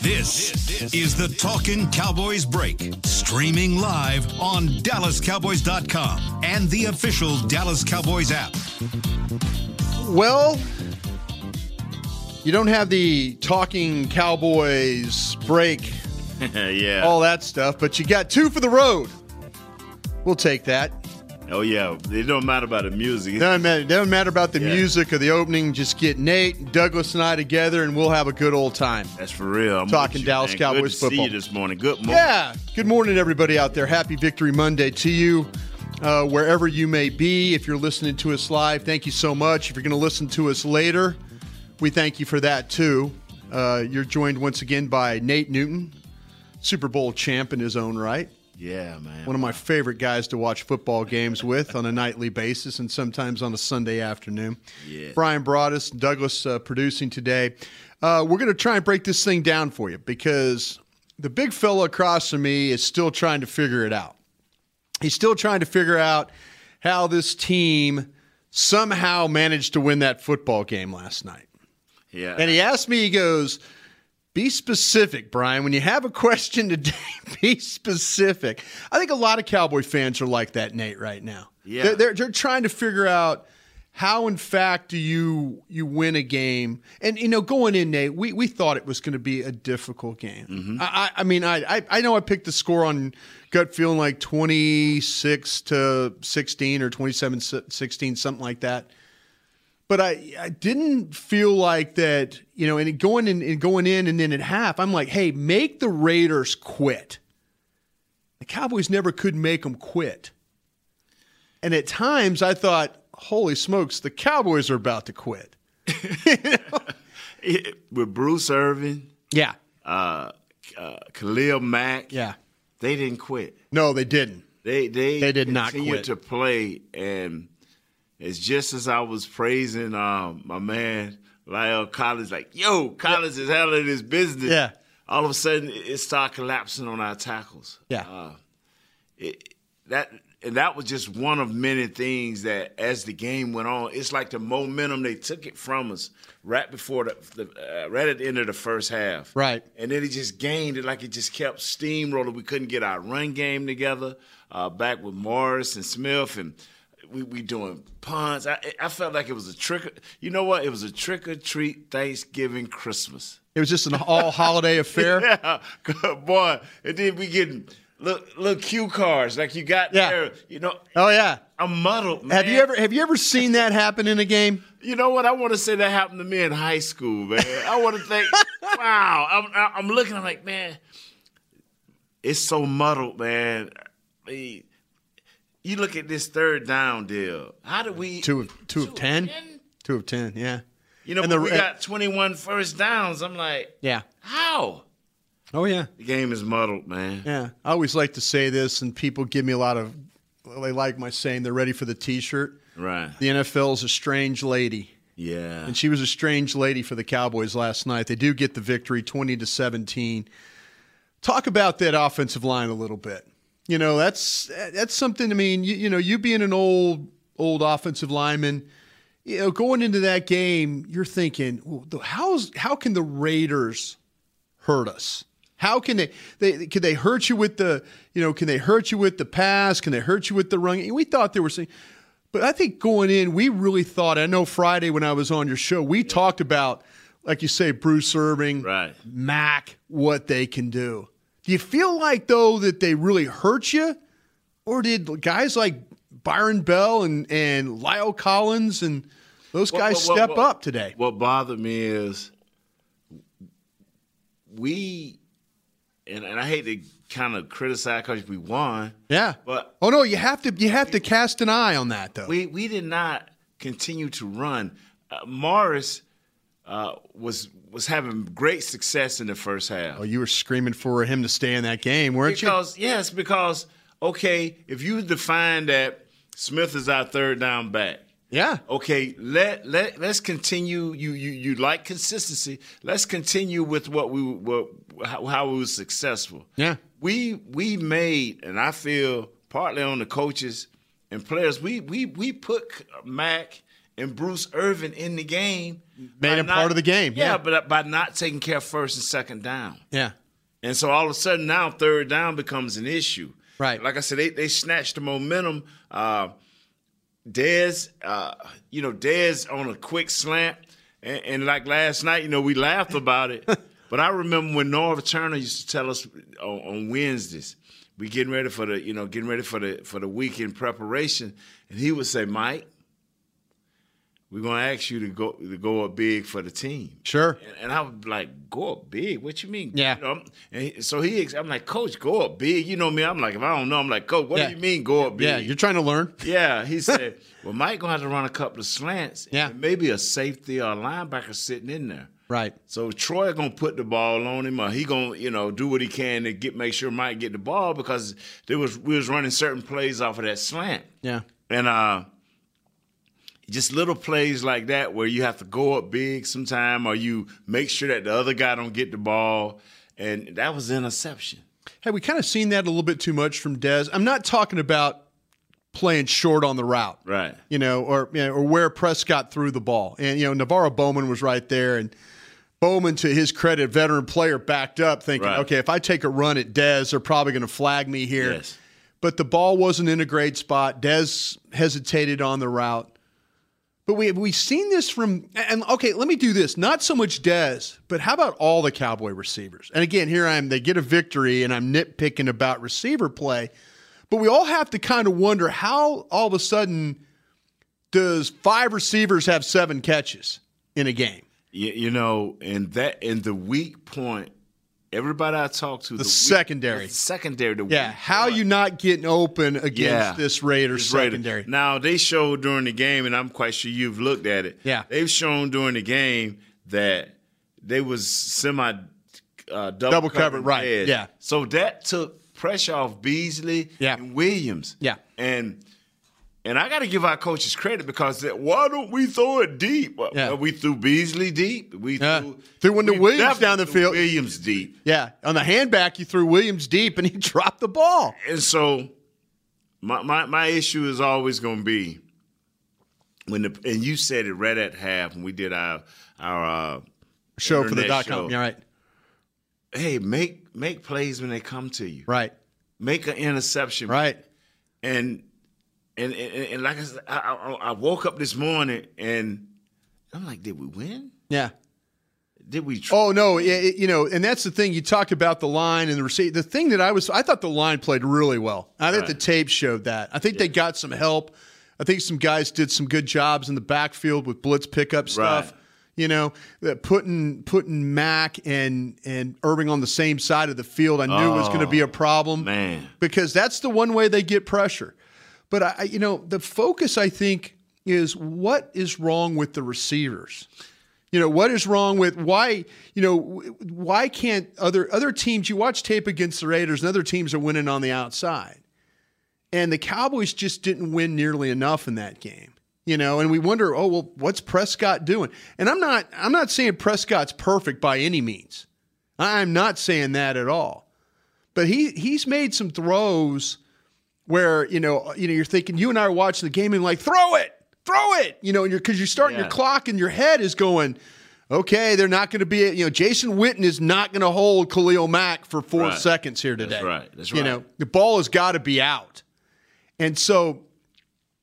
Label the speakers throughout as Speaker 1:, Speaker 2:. Speaker 1: This is the Talking Cowboys Break, streaming live on DallasCowboys.com and the official Dallas Cowboys app.
Speaker 2: Well, you don't have the talking Cowboys break,
Speaker 3: yeah.
Speaker 2: all that stuff, but you got two for the road. We'll take that.
Speaker 3: oh yeah. It don't matter about the music.
Speaker 2: Doesn't matter, doesn't matter about the
Speaker 3: Yeah.
Speaker 2: music or the opening. Just get Nate, Douglas, and I together, and we'll have a good old time.
Speaker 3: That's for real. I'm
Speaker 2: Talking
Speaker 3: with you,
Speaker 2: Dallas
Speaker 3: man.
Speaker 2: Cowboys
Speaker 3: Good to See
Speaker 2: football.
Speaker 3: you this morning. Good morning.
Speaker 2: Yeah. Good morning, everybody out there. Happy Victory Monday to you, uh, wherever you may be. If you're listening to us live, thank you so much. If you're going to listen to us later, we thank you for that too. Uh, you're joined once again by Nate Newton, Super Bowl champ in his own right.
Speaker 3: Yeah, man.
Speaker 2: One of my favorite guys to watch football games with on a nightly basis and sometimes on a Sunday afternoon.
Speaker 3: Yeah.
Speaker 2: Brian Broaddus, Douglas uh, producing today. Uh, we're going to try and break this thing down for you because the big fella across from me is still trying to figure it out. He's still trying to figure out how this team somehow managed to win that football game last night.
Speaker 3: yeah.
Speaker 2: And he asked me, he goes, be specific, Brian. When you have a question today, be specific. I think a lot of Cowboy fans are like that, Nate, right now.
Speaker 3: Yeah.
Speaker 2: They're, they're, they're trying to figure out how, in fact, do you you win a game. And, you know, going in, Nate, we, we thought it was going to be a difficult game. I, I I mean, I, I, I know I picked the score on gut feeling like 26 to 16 or 27 16, something like that but I, I didn't feel like that, you know, and it going in and going in and then at half, I'm like, hey, make the Raiders quit. The Cowboys never could make them quit. And at times I thought, holy smokes, the Cowboys are about to quit.
Speaker 3: with Bruce Irvin,
Speaker 2: Yeah.
Speaker 3: uh, uh, Khalil Mack.
Speaker 2: Yeah.
Speaker 3: They didn't quit.
Speaker 2: No, they didn't.
Speaker 3: They they
Speaker 2: They did not
Speaker 3: continued
Speaker 2: quit.
Speaker 3: to play, and it's just as I was praising um, my man Lyle Collins, like, "Yo, Collins is handling his business."
Speaker 2: Yeah.
Speaker 3: All of a sudden, it- it started collapsing on our tackles.
Speaker 2: Yeah.
Speaker 3: Uh, it, that and that was just one of many things that, as the game went on, it's like the momentum they took it from us right before the, the uh, right at the end of the first half.
Speaker 2: Right.
Speaker 3: And then it just gained it like it just kept steamrolling. We couldn't get our run game together. Uh, back with Morris and Smith, and we we doing punts. I I felt like it was a trick. You know what? It was a trick or treat Thanksgiving Christmas.
Speaker 2: It was just an all holiday affair.
Speaker 3: Yeah, good boy. And then we getting little, little cue cards like you got
Speaker 2: Yeah.
Speaker 3: there. You know,
Speaker 2: Oh yeah.
Speaker 3: I'm muddled. Man.
Speaker 2: Have you ever have you ever seen that happen in a game?
Speaker 3: You know what? I want to say that happened to me in high school, man. I want to think, wow. I'm I- I'm looking. I'm like, man, it's so muddled, man. I mean, you look at this third down deal. How do we
Speaker 2: Two of two, of ten? Two of ten, yeah.
Speaker 3: You know,
Speaker 2: and the-
Speaker 3: we got 21 first downs. I'm like,
Speaker 2: Yeah.
Speaker 3: how?
Speaker 2: Oh yeah.
Speaker 3: The game is muddled, man.
Speaker 2: Yeah, I always like to say this, and people give me a lot of. Well, they like my saying they're ready for the T-shirt.
Speaker 3: Right.
Speaker 2: The NFL is a strange lady,
Speaker 3: Yeah.
Speaker 2: and she was a strange lady for the Cowboys last night. They do get the victory, twenty to seventeen. Talk about that offensive line a little bit. You know, that's that's something. I mean, you, you know, you being an old old offensive lineman, you know, going into that game, you're thinking, well, the- how's how can the Raiders hurt us? How can they, they can they hurt you with the you know can they hurt you with the pass? Can they hurt you with the run? We thought they were saying, but I think going in, we really thought. I know Friday when I was on your show, we talked about like you say, Bruce Irving,
Speaker 3: Right.
Speaker 2: Mac, what they can do. Do you feel like though that they really hurt you, or did guys like Byron Bell and and Lyle Collins and those
Speaker 3: Well,
Speaker 2: guys
Speaker 3: well, well,
Speaker 2: step
Speaker 3: well,
Speaker 2: up today?
Speaker 3: What bothered me is we, and, and I hate to kind of criticize because we won.
Speaker 2: Yeah.
Speaker 3: But-
Speaker 2: oh no, you have to you have to cast an eye on that though.
Speaker 3: We we did not continue to run. Uh, Morris uh, was was having great success in the first half.
Speaker 2: oh, you were screaming for him to stay in that game, weren't you?
Speaker 3: because yes, because okay, if you define that Smith is our third down back,
Speaker 2: Yeah.
Speaker 3: okay let, let let's continue you you you like consistency let's continue with what we were how, how we were successful
Speaker 2: Yeah.
Speaker 3: we we made and i feel partly on the coaches and players we we we put mac and Bruce Irvin in the game.
Speaker 2: Made
Speaker 3: by
Speaker 2: him part of the game, yeah.
Speaker 3: but uh, by not taking care of first and second down.
Speaker 2: Yeah.
Speaker 3: And so all of a sudden now third down becomes an issue.
Speaker 2: Right.
Speaker 3: Like I said, they, they snatched the momentum. Uh, Dez, uh, you know, Dez on a quick slant. And, and like last night, you know, we laughed about it. but I remember when Norv Turner used to tell us on, on Wednesdays, we getting ready for the, you know, getting ready for the for the weekend preparation. And he would say, Mike, we're gonna ask you to go to go up big for the team.
Speaker 2: Sure.
Speaker 3: And, and I was like, go up big. What you mean?
Speaker 2: Yeah.
Speaker 3: You know, and he- so he, ex- I'm like, Coach, go up big. You know me. I'm like, if I don't know, I'm like, Coach, what
Speaker 2: Yeah.
Speaker 3: do you mean go up big?
Speaker 2: Yeah. You're trying to learn.
Speaker 3: Yeah, he said, well, Mike gonna have to run a couple of slants. and
Speaker 2: Yeah.
Speaker 3: maybe a safety or a linebacker sitting in there.
Speaker 2: Right.
Speaker 3: So Troy gonna put the ball on him, or he gonna you know do what he can to get make sure Mike get the ball because there was we was running certain plays off of that slant.
Speaker 2: Yeah.
Speaker 3: And uh, just little plays like that where you have to go up big sometime or you make sure that the other guy don't get the ball. And that was interception.
Speaker 2: Hey, we kind of seen that a little bit too much from Des. I'm not talking about playing short on the route.
Speaker 3: Right.
Speaker 2: you know, or you know, or where Prescott threw the ball. And you know, Navarro Bowman was right there, and Bowman, to his credit, veteran player, backed up, thinking,
Speaker 3: Right.
Speaker 2: okay, if I take a run at Dez, they're probably going to flag me here.
Speaker 3: Yes.
Speaker 2: But the ball wasn't in a great spot. Dez hesitated on the route. But we we've seen this from and okay, let me do this. Not so much Dez, but how about all the Cowboy receivers? And again, here I am. They get a victory, and I'm nitpicking about receiver play. But we all have to kind of wonder how all of a sudden does five receivers have seven catches in a game?
Speaker 3: You, you know, and that and the weak point, everybody I talked to, the, weak-
Speaker 2: secondary.
Speaker 3: the secondary, the
Speaker 2: Yeah,
Speaker 3: weak
Speaker 2: how
Speaker 3: point.
Speaker 2: you not getting open against
Speaker 3: Yeah.
Speaker 2: this Raiders
Speaker 3: It's rated.
Speaker 2: secondary?
Speaker 3: Now they showed during the game, and I'm quite sure you've looked at it.
Speaker 2: Yeah.
Speaker 3: they've shown during the game that they was semi uh, double,
Speaker 2: Double covered, right,
Speaker 3: Dez.
Speaker 2: yeah.
Speaker 3: so that took pressure off Beasley
Speaker 2: Yeah.
Speaker 3: and Williams.
Speaker 2: Yeah.
Speaker 3: and and I got to give our coaches credit because that, why don't we throw it deep? Well,
Speaker 2: Yeah.
Speaker 3: we threw Beasley deep. We
Speaker 2: Yeah.
Speaker 3: threw
Speaker 2: Threw one to
Speaker 3: we
Speaker 2: Williams
Speaker 3: definitely
Speaker 2: down the
Speaker 3: threw
Speaker 2: field.
Speaker 3: Williams deep.
Speaker 2: Yeah, on the handback, you threw Williams deep, and he dropped the ball.
Speaker 3: and so my my, my issue is always going to be when the and you said it right at half when we did our our uh,
Speaker 2: Show for the
Speaker 3: Internet
Speaker 2: dot
Speaker 3: show.
Speaker 2: com. Yeah, right,
Speaker 3: hey make make plays when they come to you
Speaker 2: right,
Speaker 3: make an interception
Speaker 2: right.
Speaker 3: and and and, and like I, said, I, I I woke up this morning and I'm like did we win
Speaker 2: Yeah.
Speaker 3: did we tr-
Speaker 2: Oh no, it, it- you know, and that's the thing. You talk about the line and the receive. The thing that I was, I thought the line played really well. I think the tape showed that. I think they got some help. I think some guys did some good jobs in the backfield with blitz pickup stuff.
Speaker 3: Right.
Speaker 2: You know, that putting putting Mack and and Irving on the same side of the field, I knew was going to be a problem
Speaker 3: Oh, man
Speaker 2: because that's the one way they get pressure. But I, I- you know, the focus I think is what is wrong with the receivers. You know, what is wrong with why? You know, w- why can't other other teams? You watch tape against the Raiders, and other teams are winning on the outside, and the Cowboys just didn't win nearly enough in that game. You know, and we wonder, oh well, what's Prescott doing? And I'm not, I'm not saying Prescott's perfect by any means. I'm not saying that at all but he he's made some throws where you know you know you're thinking you and I are watching the game and like throw it, throw it, you know, and you're because you're starting
Speaker 3: Yeah.
Speaker 2: your clock and your head is going, okay, they're not going to be you know Jason Witten is not going to hold Khalil Mack for four
Speaker 3: Right.
Speaker 2: seconds here today.
Speaker 3: right. That's
Speaker 2: You
Speaker 3: right.
Speaker 2: know the ball has got to be out, and so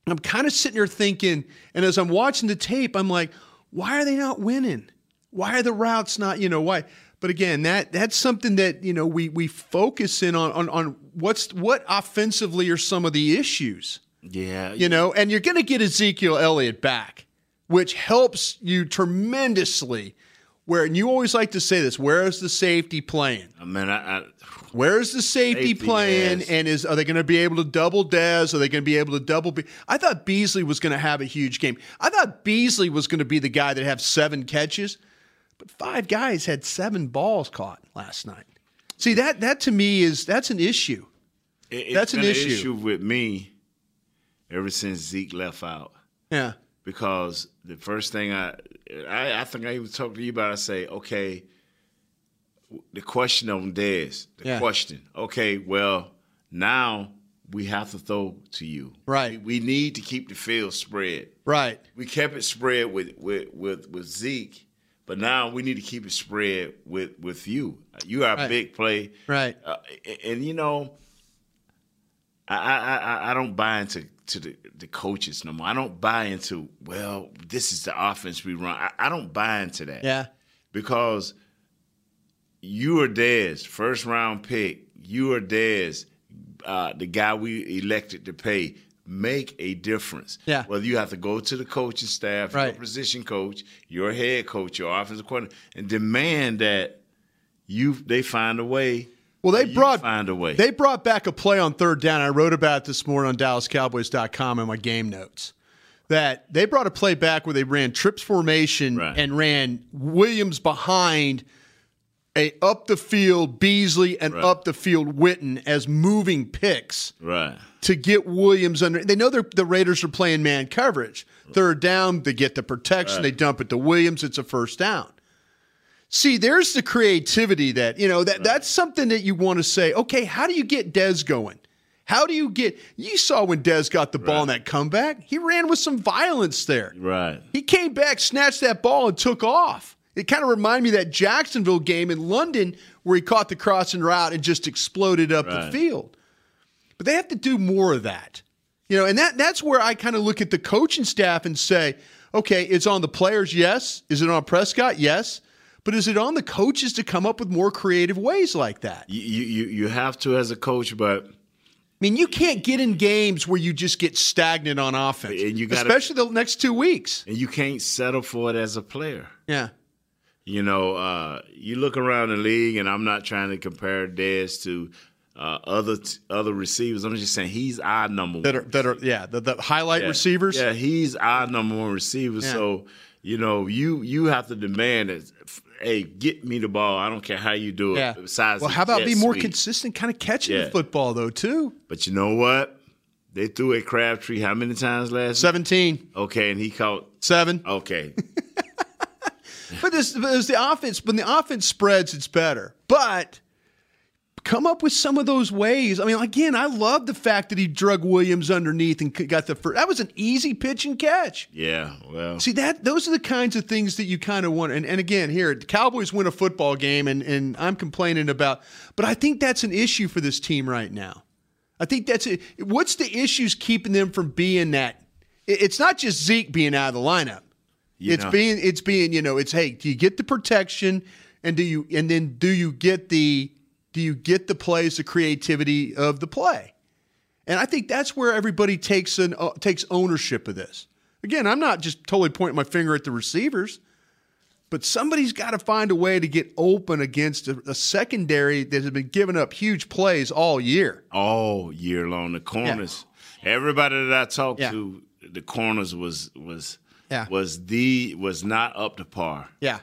Speaker 2: I'm kind of sitting here thinking, and as I'm watching the tape, I'm like, why are they not winning? Why are the routes not, you know, why? But again, that that's something that, you know, we we focus in on on, on what's what offensively are some of the issues,
Speaker 3: yeah
Speaker 2: you know, and you're gonna get Ezekiel Elliott back, which helps you tremendously. Where and you always like to say this, where is the safety playing?
Speaker 3: man I, I
Speaker 2: Where is the safety,
Speaker 3: Safety,
Speaker 2: playing?
Speaker 3: yes.
Speaker 2: And is are they going to be able to double Dez? Are they going to be able to double? Be- I thought Beasley was going to have a huge game. I thought Beasley was going to be the guy that have seven catches, but five guys had seven balls caught last night. See that that to me is that's an issue.
Speaker 3: it, it's
Speaker 2: That's an
Speaker 3: been
Speaker 2: issue.
Speaker 3: issue with me ever since Zeke left out.
Speaker 2: Yeah,
Speaker 3: because the first thing I, I, I think I even talked to you about. I say, okay, the question on Dez, the
Speaker 2: Yeah.
Speaker 3: question. Okay, well now we have to throw to you.
Speaker 2: Right.
Speaker 3: We, we need to keep the field spread.
Speaker 2: Right.
Speaker 3: We kept it spread with with with, with Zeke, but now we need to keep it spread with with you. You are
Speaker 2: Right.
Speaker 3: a big play,
Speaker 2: Right.
Speaker 3: Uh, and, and you know, I I I, I don't buy into to the, the coaches no more. I don't buy into well, this is the offense we run. I, I don't buy into that
Speaker 2: Yeah.
Speaker 3: because you are Dez, first round pick. You are Dez, uh, the guy we elected to pay. Make a difference.
Speaker 2: Yeah.
Speaker 3: Whether you have to go to the coaching staff,
Speaker 2: Right.
Speaker 3: your position coach, your head coach, your offensive coordinator, and demand that you they find a way.
Speaker 2: Well, they
Speaker 3: You
Speaker 2: brought
Speaker 3: find a way.
Speaker 2: They brought back a play on third down. I wrote about it this morning on DallasCowboys.com in my game notes. That they brought a play back where they ran trips formation
Speaker 3: Right.
Speaker 2: and ran Williams behind a up the field Beasley and
Speaker 3: Right.
Speaker 2: up the field Witten as moving picks
Speaker 3: Right.
Speaker 2: to get Williams under. They know they're- the Raiders are playing man coverage. Third down, they get the protection, they dump it to Williams. It's a first down. See, there's the creativity that you know that that's something that you want to say. Okay, how do you get Dez going? How do you get? You saw when Dez got the ball in that comeback, he ran with some violence there.
Speaker 3: Right.
Speaker 2: He came back, snatched that ball, and took off. It kind of reminded me of that Jacksonville game in London where he caught the crossing route and just exploded up the
Speaker 3: Right.
Speaker 2: field. But they have to do more of that. You know, and that that's where I kind of look at the coaching staff and say, okay, it's on the players, yes. Is it on Prescott? Yes. But is it on the coaches to come up with more creative ways like that? I
Speaker 3: You you you- you have to as a coach, but
Speaker 2: mean, you can't get in games where you just get stagnant on offense,
Speaker 3: And you gotta-
Speaker 2: especially the next two weeks.
Speaker 3: and you can't settle for it as a player.
Speaker 2: Yeah.
Speaker 3: You know, uh, you look around the league, and I'm not trying to compare Dez to uh, other t- other receivers. I'm just saying he's our number
Speaker 2: That
Speaker 3: one
Speaker 2: are that are yeah the, the highlight
Speaker 3: Yeah.
Speaker 2: receivers.
Speaker 3: Yeah, he's our number one receiver.
Speaker 2: Yeah.
Speaker 3: So you know, you you have to demand that. Hey, get me the ball. I don't care how you do it.
Speaker 2: Yeah.
Speaker 3: Besides,
Speaker 2: Well,
Speaker 3: the
Speaker 2: how about
Speaker 3: jet
Speaker 2: be more
Speaker 3: sweep.
Speaker 2: consistent, kind of catching the
Speaker 3: Yeah.
Speaker 2: football though too.
Speaker 3: But you know what? They threw a Crabtree how many times last? week?
Speaker 2: 17,
Speaker 3: Okay, and he caught.
Speaker 2: seven.
Speaker 3: Okay,
Speaker 2: But this, but it's the offense. When the offense spreads, it's better. But come up with some of those ways. I mean, again, I love the fact that he drug Williams underneath and c- got the first. That was an easy pitch and catch.
Speaker 3: yeah. Well,
Speaker 2: See that those are the kinds of things that you kind of want. And, and again, here the Cowboys win a football game, and and I'm complaining about, but I think that's an issue for this team right now. I think that's it. What's the issues keeping them from being that? It- It's not just Zeke being out of the lineup. it's
Speaker 3: know.
Speaker 2: being it's being you know it's hey do you get the protection and do you and then do you get the do you get the plays the creativity of the play? And I think that's where everybody takes an uh, takes ownership of this. Again, I'm not just totally pointing my finger at the receivers, but somebody's got to find a way to get open against a, a secondary that has been giving up huge plays all year.
Speaker 3: all year long. The corners, everybody that I talked
Speaker 2: Yeah.
Speaker 3: to, the corners was was
Speaker 2: Yeah.
Speaker 3: was the was not up to par.
Speaker 2: Yeah.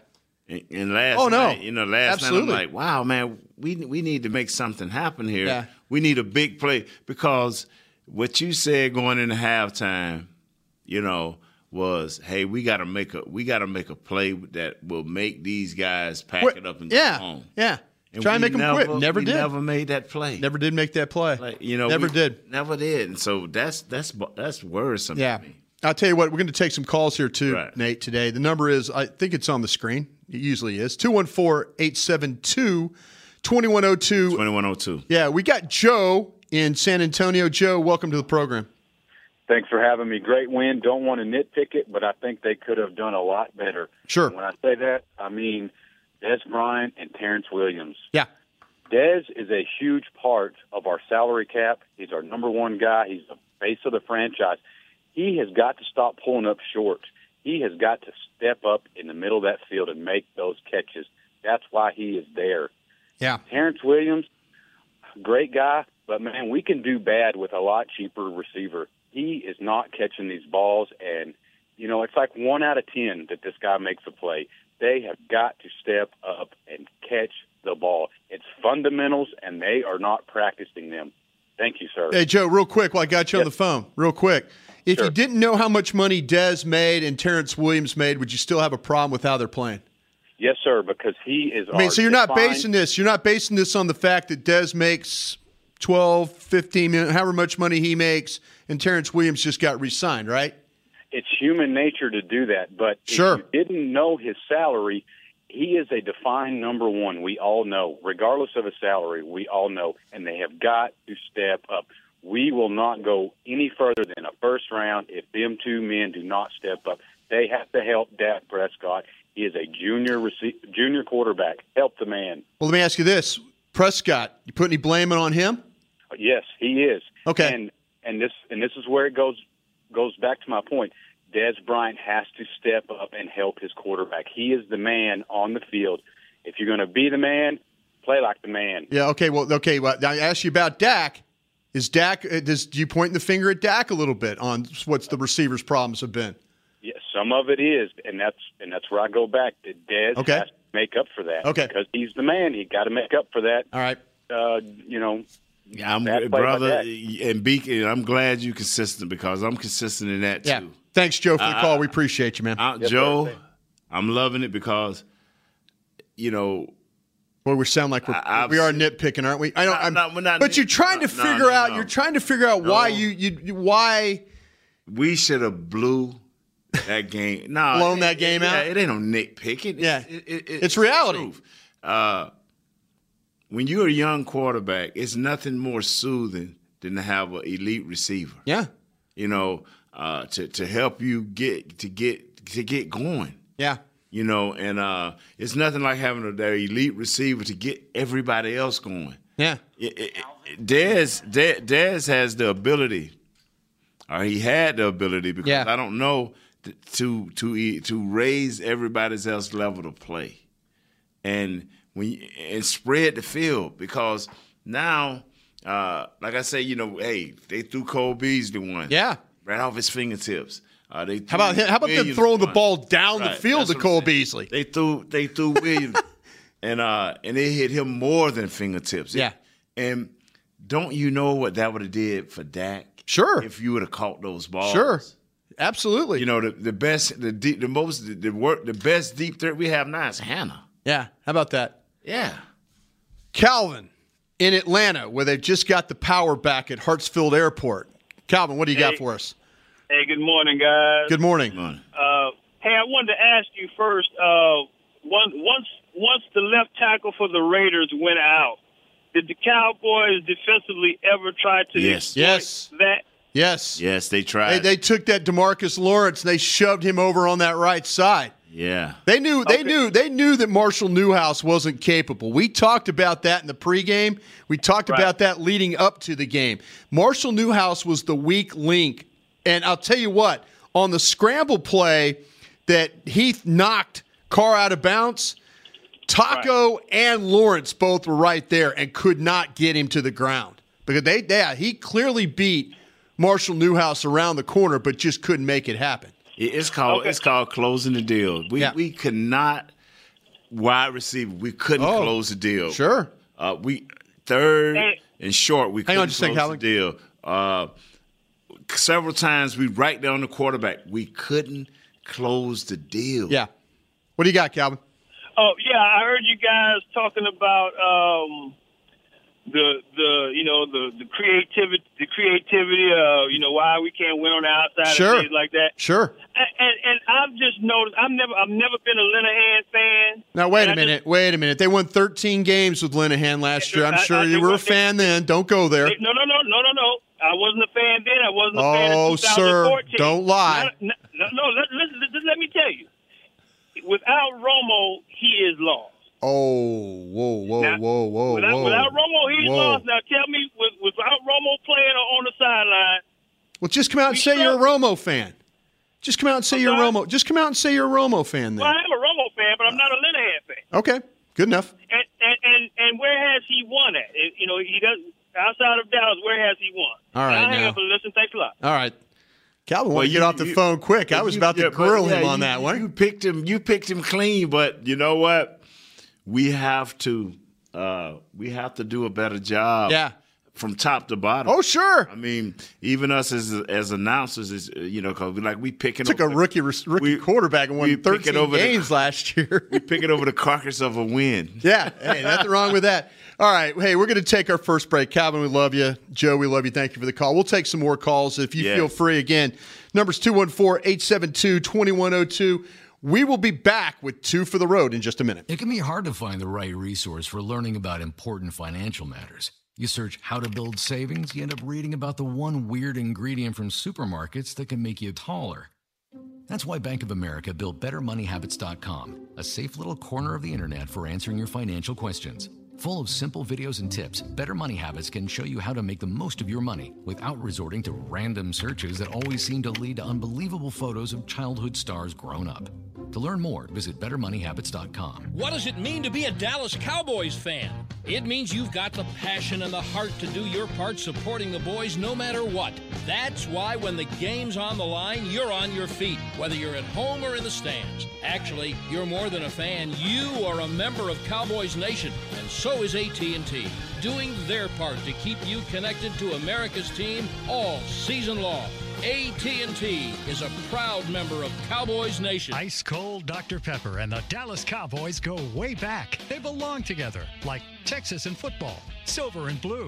Speaker 3: And, and last
Speaker 2: Oh, no.
Speaker 3: night, you know, last
Speaker 2: Absolutely.
Speaker 3: night I'm like, wow, man, we we need to make something happen here.
Speaker 2: Yeah.
Speaker 3: We need a big play because what you said going into halftime, you know, was hey, we got to make a we got to make a play that will make these guys pack it up and
Speaker 2: yeah.
Speaker 3: go home.
Speaker 2: Yeah. Try and
Speaker 3: we
Speaker 2: make them quit. Never
Speaker 3: we
Speaker 2: did.
Speaker 3: Never made that play.
Speaker 2: never did make that play.
Speaker 3: Like, you know,
Speaker 2: never
Speaker 3: we
Speaker 2: did.
Speaker 3: never did. And so that's that's that's worrisome.
Speaker 2: Yeah.
Speaker 3: to me.
Speaker 2: I'll tell you what, we're going to take some calls here too,
Speaker 3: Right.
Speaker 2: Nate, today. The number is, I think it's on the screen. It usually is 214 872 2102.
Speaker 3: twenty one oh two.
Speaker 2: Yeah, we got Joe in San Antonio. Joe, welcome to the program.
Speaker 4: Thanks for having me. Great win. Don't want to nitpick it, but I think they could have done a lot better.
Speaker 2: Sure.
Speaker 4: And when I say that, I mean Des Bryant and Terrence Williams.
Speaker 2: Yeah.
Speaker 4: Dez is a huge part of our salary cap. He's our number one guy. He's the face of the franchise. He has got to stop pulling up short. He has got to step up in the middle of that field and make those catches. That's why he is there.
Speaker 2: Yeah.
Speaker 4: Terrence Williams, great guy, but man, we can do bad with a lot cheaper receiver. He is not catching these balls, and you know it's like one out of ten that this guy makes a play. They have got to step up and catch the ball. It's fundamentals, and they are not practicing them. Thank you, sir.
Speaker 2: Hey, Joe, real quick while I got you on
Speaker 4: Yes.
Speaker 2: the phone, real quick. If you
Speaker 4: Sure.
Speaker 2: didn't know how much money Dez made and Terrence Williams made, would you still have a problem with how they're playing?
Speaker 4: Yes, sir, because he is.
Speaker 2: I mean, so you're not
Speaker 4: basing.
Speaker 2: basing this. You're not basing this on the fact that Dez makes 12, 15 minutes, however much money he makes, and Terrence Williams just got re signed, right?
Speaker 4: It's human nature to do that, but
Speaker 2: Sure.
Speaker 4: if you didn't know his salary, he is a defined number one. We all know, regardless of his salary, we all know, and they have got to step up. We will not go any further than a first round if them two men do not step up. They have to help Dak Prescott. He is a junior rece- junior quarterback. Help the man.
Speaker 2: Well, let me ask you this Prescott, you put any blame on him?
Speaker 4: Yes, he is.
Speaker 2: Okay.
Speaker 4: And and this and this is where it goes goes back to my point. Des Bryant has to step up and help his quarterback. He is the man on the field. If you're going to be the man, play like the man.
Speaker 2: Yeah. Okay. Well. Okay. Well, I asked you about Dak. Is Dak? uh, Does do you point the finger at Dak a little bit on what's the receivers' problems have been?
Speaker 4: Yeah, some of it is, and that's and that's where I go back. That Des
Speaker 2: Okay.
Speaker 4: has to make up for that.
Speaker 2: Okay.
Speaker 4: Because he's the man. He got to make up for that.
Speaker 2: All right.
Speaker 4: Uh, you know,
Speaker 3: Yeah, I'm,
Speaker 4: Bad play by
Speaker 3: brother,
Speaker 4: Dak.
Speaker 3: and Beacon. I'm glad you consistent because I'm consistent in that too.
Speaker 2: Thanks, Joe, for the call. We appreciate you, man.
Speaker 3: Uh, Joe, I'm loving it because you know
Speaker 2: Boy, we sound like we're,
Speaker 3: I- I've
Speaker 2: we are
Speaker 3: seen-
Speaker 2: nitpicking, aren't we? I don't.
Speaker 3: No,
Speaker 2: I'm,
Speaker 3: no, we're not
Speaker 2: but you're
Speaker 3: nit-
Speaker 2: trying to
Speaker 3: no, no,
Speaker 2: figure
Speaker 3: no,
Speaker 2: out.
Speaker 3: no.
Speaker 2: You're trying to figure out why
Speaker 3: No.
Speaker 2: you, you you- why.
Speaker 3: we should have blew that game. Nah,
Speaker 2: Blown that game
Speaker 3: yeah,
Speaker 2: out?
Speaker 3: It ain't no nitpicking. It's-
Speaker 2: Yeah.
Speaker 3: it- it-
Speaker 2: It's reality.
Speaker 3: the truth. Uh, when you're a young quarterback, it's nothing more soothing than to have an elite receiver.
Speaker 2: Yeah.
Speaker 3: You know, uh, to to help you get to get to get going.
Speaker 2: Yeah.
Speaker 3: You know, and uh, it's nothing like having a, that elite receiver to get everybody else going.
Speaker 2: Yeah.
Speaker 3: It- it- it- Dez, De- Dez has the ability, or he had the ability because
Speaker 2: Yeah.
Speaker 3: I don't know th- to to e- to raise everybody's else level to play, and when you, and spread the field because now, uh, like I say, you know, hey, they threw Cole Beasley one,
Speaker 2: Yeah.
Speaker 3: right off his fingertips. Uh, they
Speaker 2: How about him, how about them throwing the ball down the field to Cole Beasley?
Speaker 3: They threw they threw Williams, and uh, and it hit him more than fingertips.
Speaker 2: Yeah.
Speaker 3: and don't you know what that would have did for Dak?
Speaker 2: Sure.
Speaker 3: if you would have caught those balls.
Speaker 2: Sure. Absolutely.
Speaker 3: you know the, the best, the deep, the most, the, the work, the best deep threat we have now is Hannah.
Speaker 2: yeah. How about that?
Speaker 3: Yeah,
Speaker 2: Calvin in Atlanta, where they've just got the power back at Hartsfield Airport. Calvin, what do you got
Speaker 5: Hey.
Speaker 2: for us?
Speaker 5: Hey, good morning, guys.
Speaker 2: Good morning.
Speaker 5: Uh, hey, I wanted to ask you first. Uh, one, once, once the left tackle for the Raiders went out, did the Cowboys defensively ever try to
Speaker 3: Yes.
Speaker 2: Yes.
Speaker 5: that?
Speaker 2: Yes.
Speaker 3: yes, they tried.
Speaker 2: They, they took that Demarcus Lawrence and they shoved him over on that right side.
Speaker 3: yeah,
Speaker 2: They knew they
Speaker 5: Okay.
Speaker 2: knew they knew that Marshall Newhouse wasn't capable. We talked about that in the pregame. We talked about that leading up to the game. Marshall Newhouse was the weak link. And I'll tell you what, on the scramble play that Heath knocked Carr out of bounds, Taco and Lawrence both were right there and could not get him to the ground. Because they yeah, he clearly beat Marshall Newhouse around the corner, but just couldn't make it happen.
Speaker 3: It- It's called it's called closing the deal. We
Speaker 2: Yeah.
Speaker 3: we could not wide receiver. We couldn't
Speaker 2: Oh,
Speaker 3: close the deal.
Speaker 2: Sure.
Speaker 3: Uh, we third
Speaker 5: Hey.
Speaker 3: and short. We
Speaker 2: Hang
Speaker 3: couldn't
Speaker 2: on just a second,
Speaker 3: close the deal. Uh, several times we right down the quarterback. We couldn't close the deal.
Speaker 2: Yeah. What do you got, Calvin?
Speaker 5: Oh yeah, I heard you guys talking about um, the the you know the the creativity the creativity uh, you know why we can't win on the outside
Speaker 2: Sure.
Speaker 5: and things like that.
Speaker 2: Sure.
Speaker 5: And, and and I've just noticed I've never I've never been a Linehan fan.
Speaker 2: Now wait
Speaker 5: And
Speaker 2: a
Speaker 5: I just-
Speaker 2: minute. wait a minute. They won 13 games with Linehan last year. I'm
Speaker 5: I-
Speaker 2: sure
Speaker 5: I-
Speaker 2: you
Speaker 5: they
Speaker 2: were a
Speaker 5: won-
Speaker 2: fan then. Don't go Oh, there.
Speaker 5: No, no, no, no, no, no. I wasn't a fan then. I wasn't a fan in
Speaker 2: Oh, sir,
Speaker 5: 2014.
Speaker 2: don't lie.
Speaker 5: No, no, no, let, let, let, let me tell you. Without Romo, he is lost.
Speaker 2: Oh, whoa, whoa,
Speaker 5: Now,
Speaker 2: whoa, whoa,
Speaker 5: without,
Speaker 2: Oh, whoa.
Speaker 5: without Romo, he's
Speaker 2: Whoa.
Speaker 5: lost. Now tell me, with, without Romo playing or on the sideline,
Speaker 2: Well, just come out and
Speaker 5: We
Speaker 2: say you're a
Speaker 5: struggle.
Speaker 2: Romo fan. Just come out and say you're a
Speaker 5: sorry?
Speaker 2: Romo. Just come out and say you're a Romo fan
Speaker 5: well,
Speaker 2: then.
Speaker 5: I am a Romo fan, but I'm not a Linehan fan.
Speaker 2: Okay. Good enough.
Speaker 5: And and and, and where has he won at? It- You know, he doesn't. Outside of Dallas, where has he won?
Speaker 2: All right,
Speaker 5: I hang
Speaker 2: now.
Speaker 5: up and listen. Thanks a lot.
Speaker 2: All right. Calvin,
Speaker 3: Well,
Speaker 2: want to
Speaker 3: you-
Speaker 2: get off the
Speaker 3: you-
Speaker 2: phone quick. I
Speaker 3: you-
Speaker 2: was about
Speaker 3: yeah,
Speaker 2: to grill
Speaker 3: but,
Speaker 2: him
Speaker 3: yeah,
Speaker 2: on
Speaker 3: you-
Speaker 2: that
Speaker 3: You
Speaker 2: one.
Speaker 3: picked him. You picked him clean, but you know what? We have to. Uh, we have to do a better job.
Speaker 2: Yeah.
Speaker 3: from top to bottom.
Speaker 2: Oh, sure.
Speaker 3: I mean, even us as as announcers is uh, you know because we like we picking
Speaker 2: Took a
Speaker 3: over-
Speaker 2: rookie rookie
Speaker 3: we-
Speaker 2: quarterback and
Speaker 3: we
Speaker 2: won
Speaker 3: pick it
Speaker 2: 13
Speaker 3: over the-
Speaker 2: games last year.
Speaker 3: we picking over the carcass of a win.
Speaker 2: yeah, hey, nothing wrong with that. All right, hey, we're going to take our first break. Calvin, we love you. Joe, we love you. Thank you for the call. We'll take some more calls if you
Speaker 3: Yes.
Speaker 2: feel free. Again, numbers 214 872 2102. We will be back with two for the road in just a minute.
Speaker 6: It can be hard to find the right resource for learning about important financial matters. You search how to build savings, you end up reading about the one weird ingredient from supermarkets that can make you taller. That's why Bank of America built BetterMoneyHabits.com, a safe little corner of the internet for answering your financial questions. Full of simple videos and tips, Better Money Habits can show you how to make the most of your money without resorting to random searches that always seem to lead to unbelievable photos of childhood stars grown up. To learn more, visit BetterMoneyHabits.com.
Speaker 7: What does it mean to be a Dallas Cowboys fan? It means you've got the passion and the heart to do your part supporting the boys no matter what. That's why when the game's on the line, you're on your feet, whether you're at home or in the stands. Actually, you're more than a fan. You are a member of Cowboys Nation, and so is AT&T, doing their part to keep you connected to America's team all season long. AT&T is a proud member of Cowboys Nation.
Speaker 8: Ice Cold Dr. Pepper and the Dallas Cowboys go way back. They belong together, like Texas and football, silver and blue,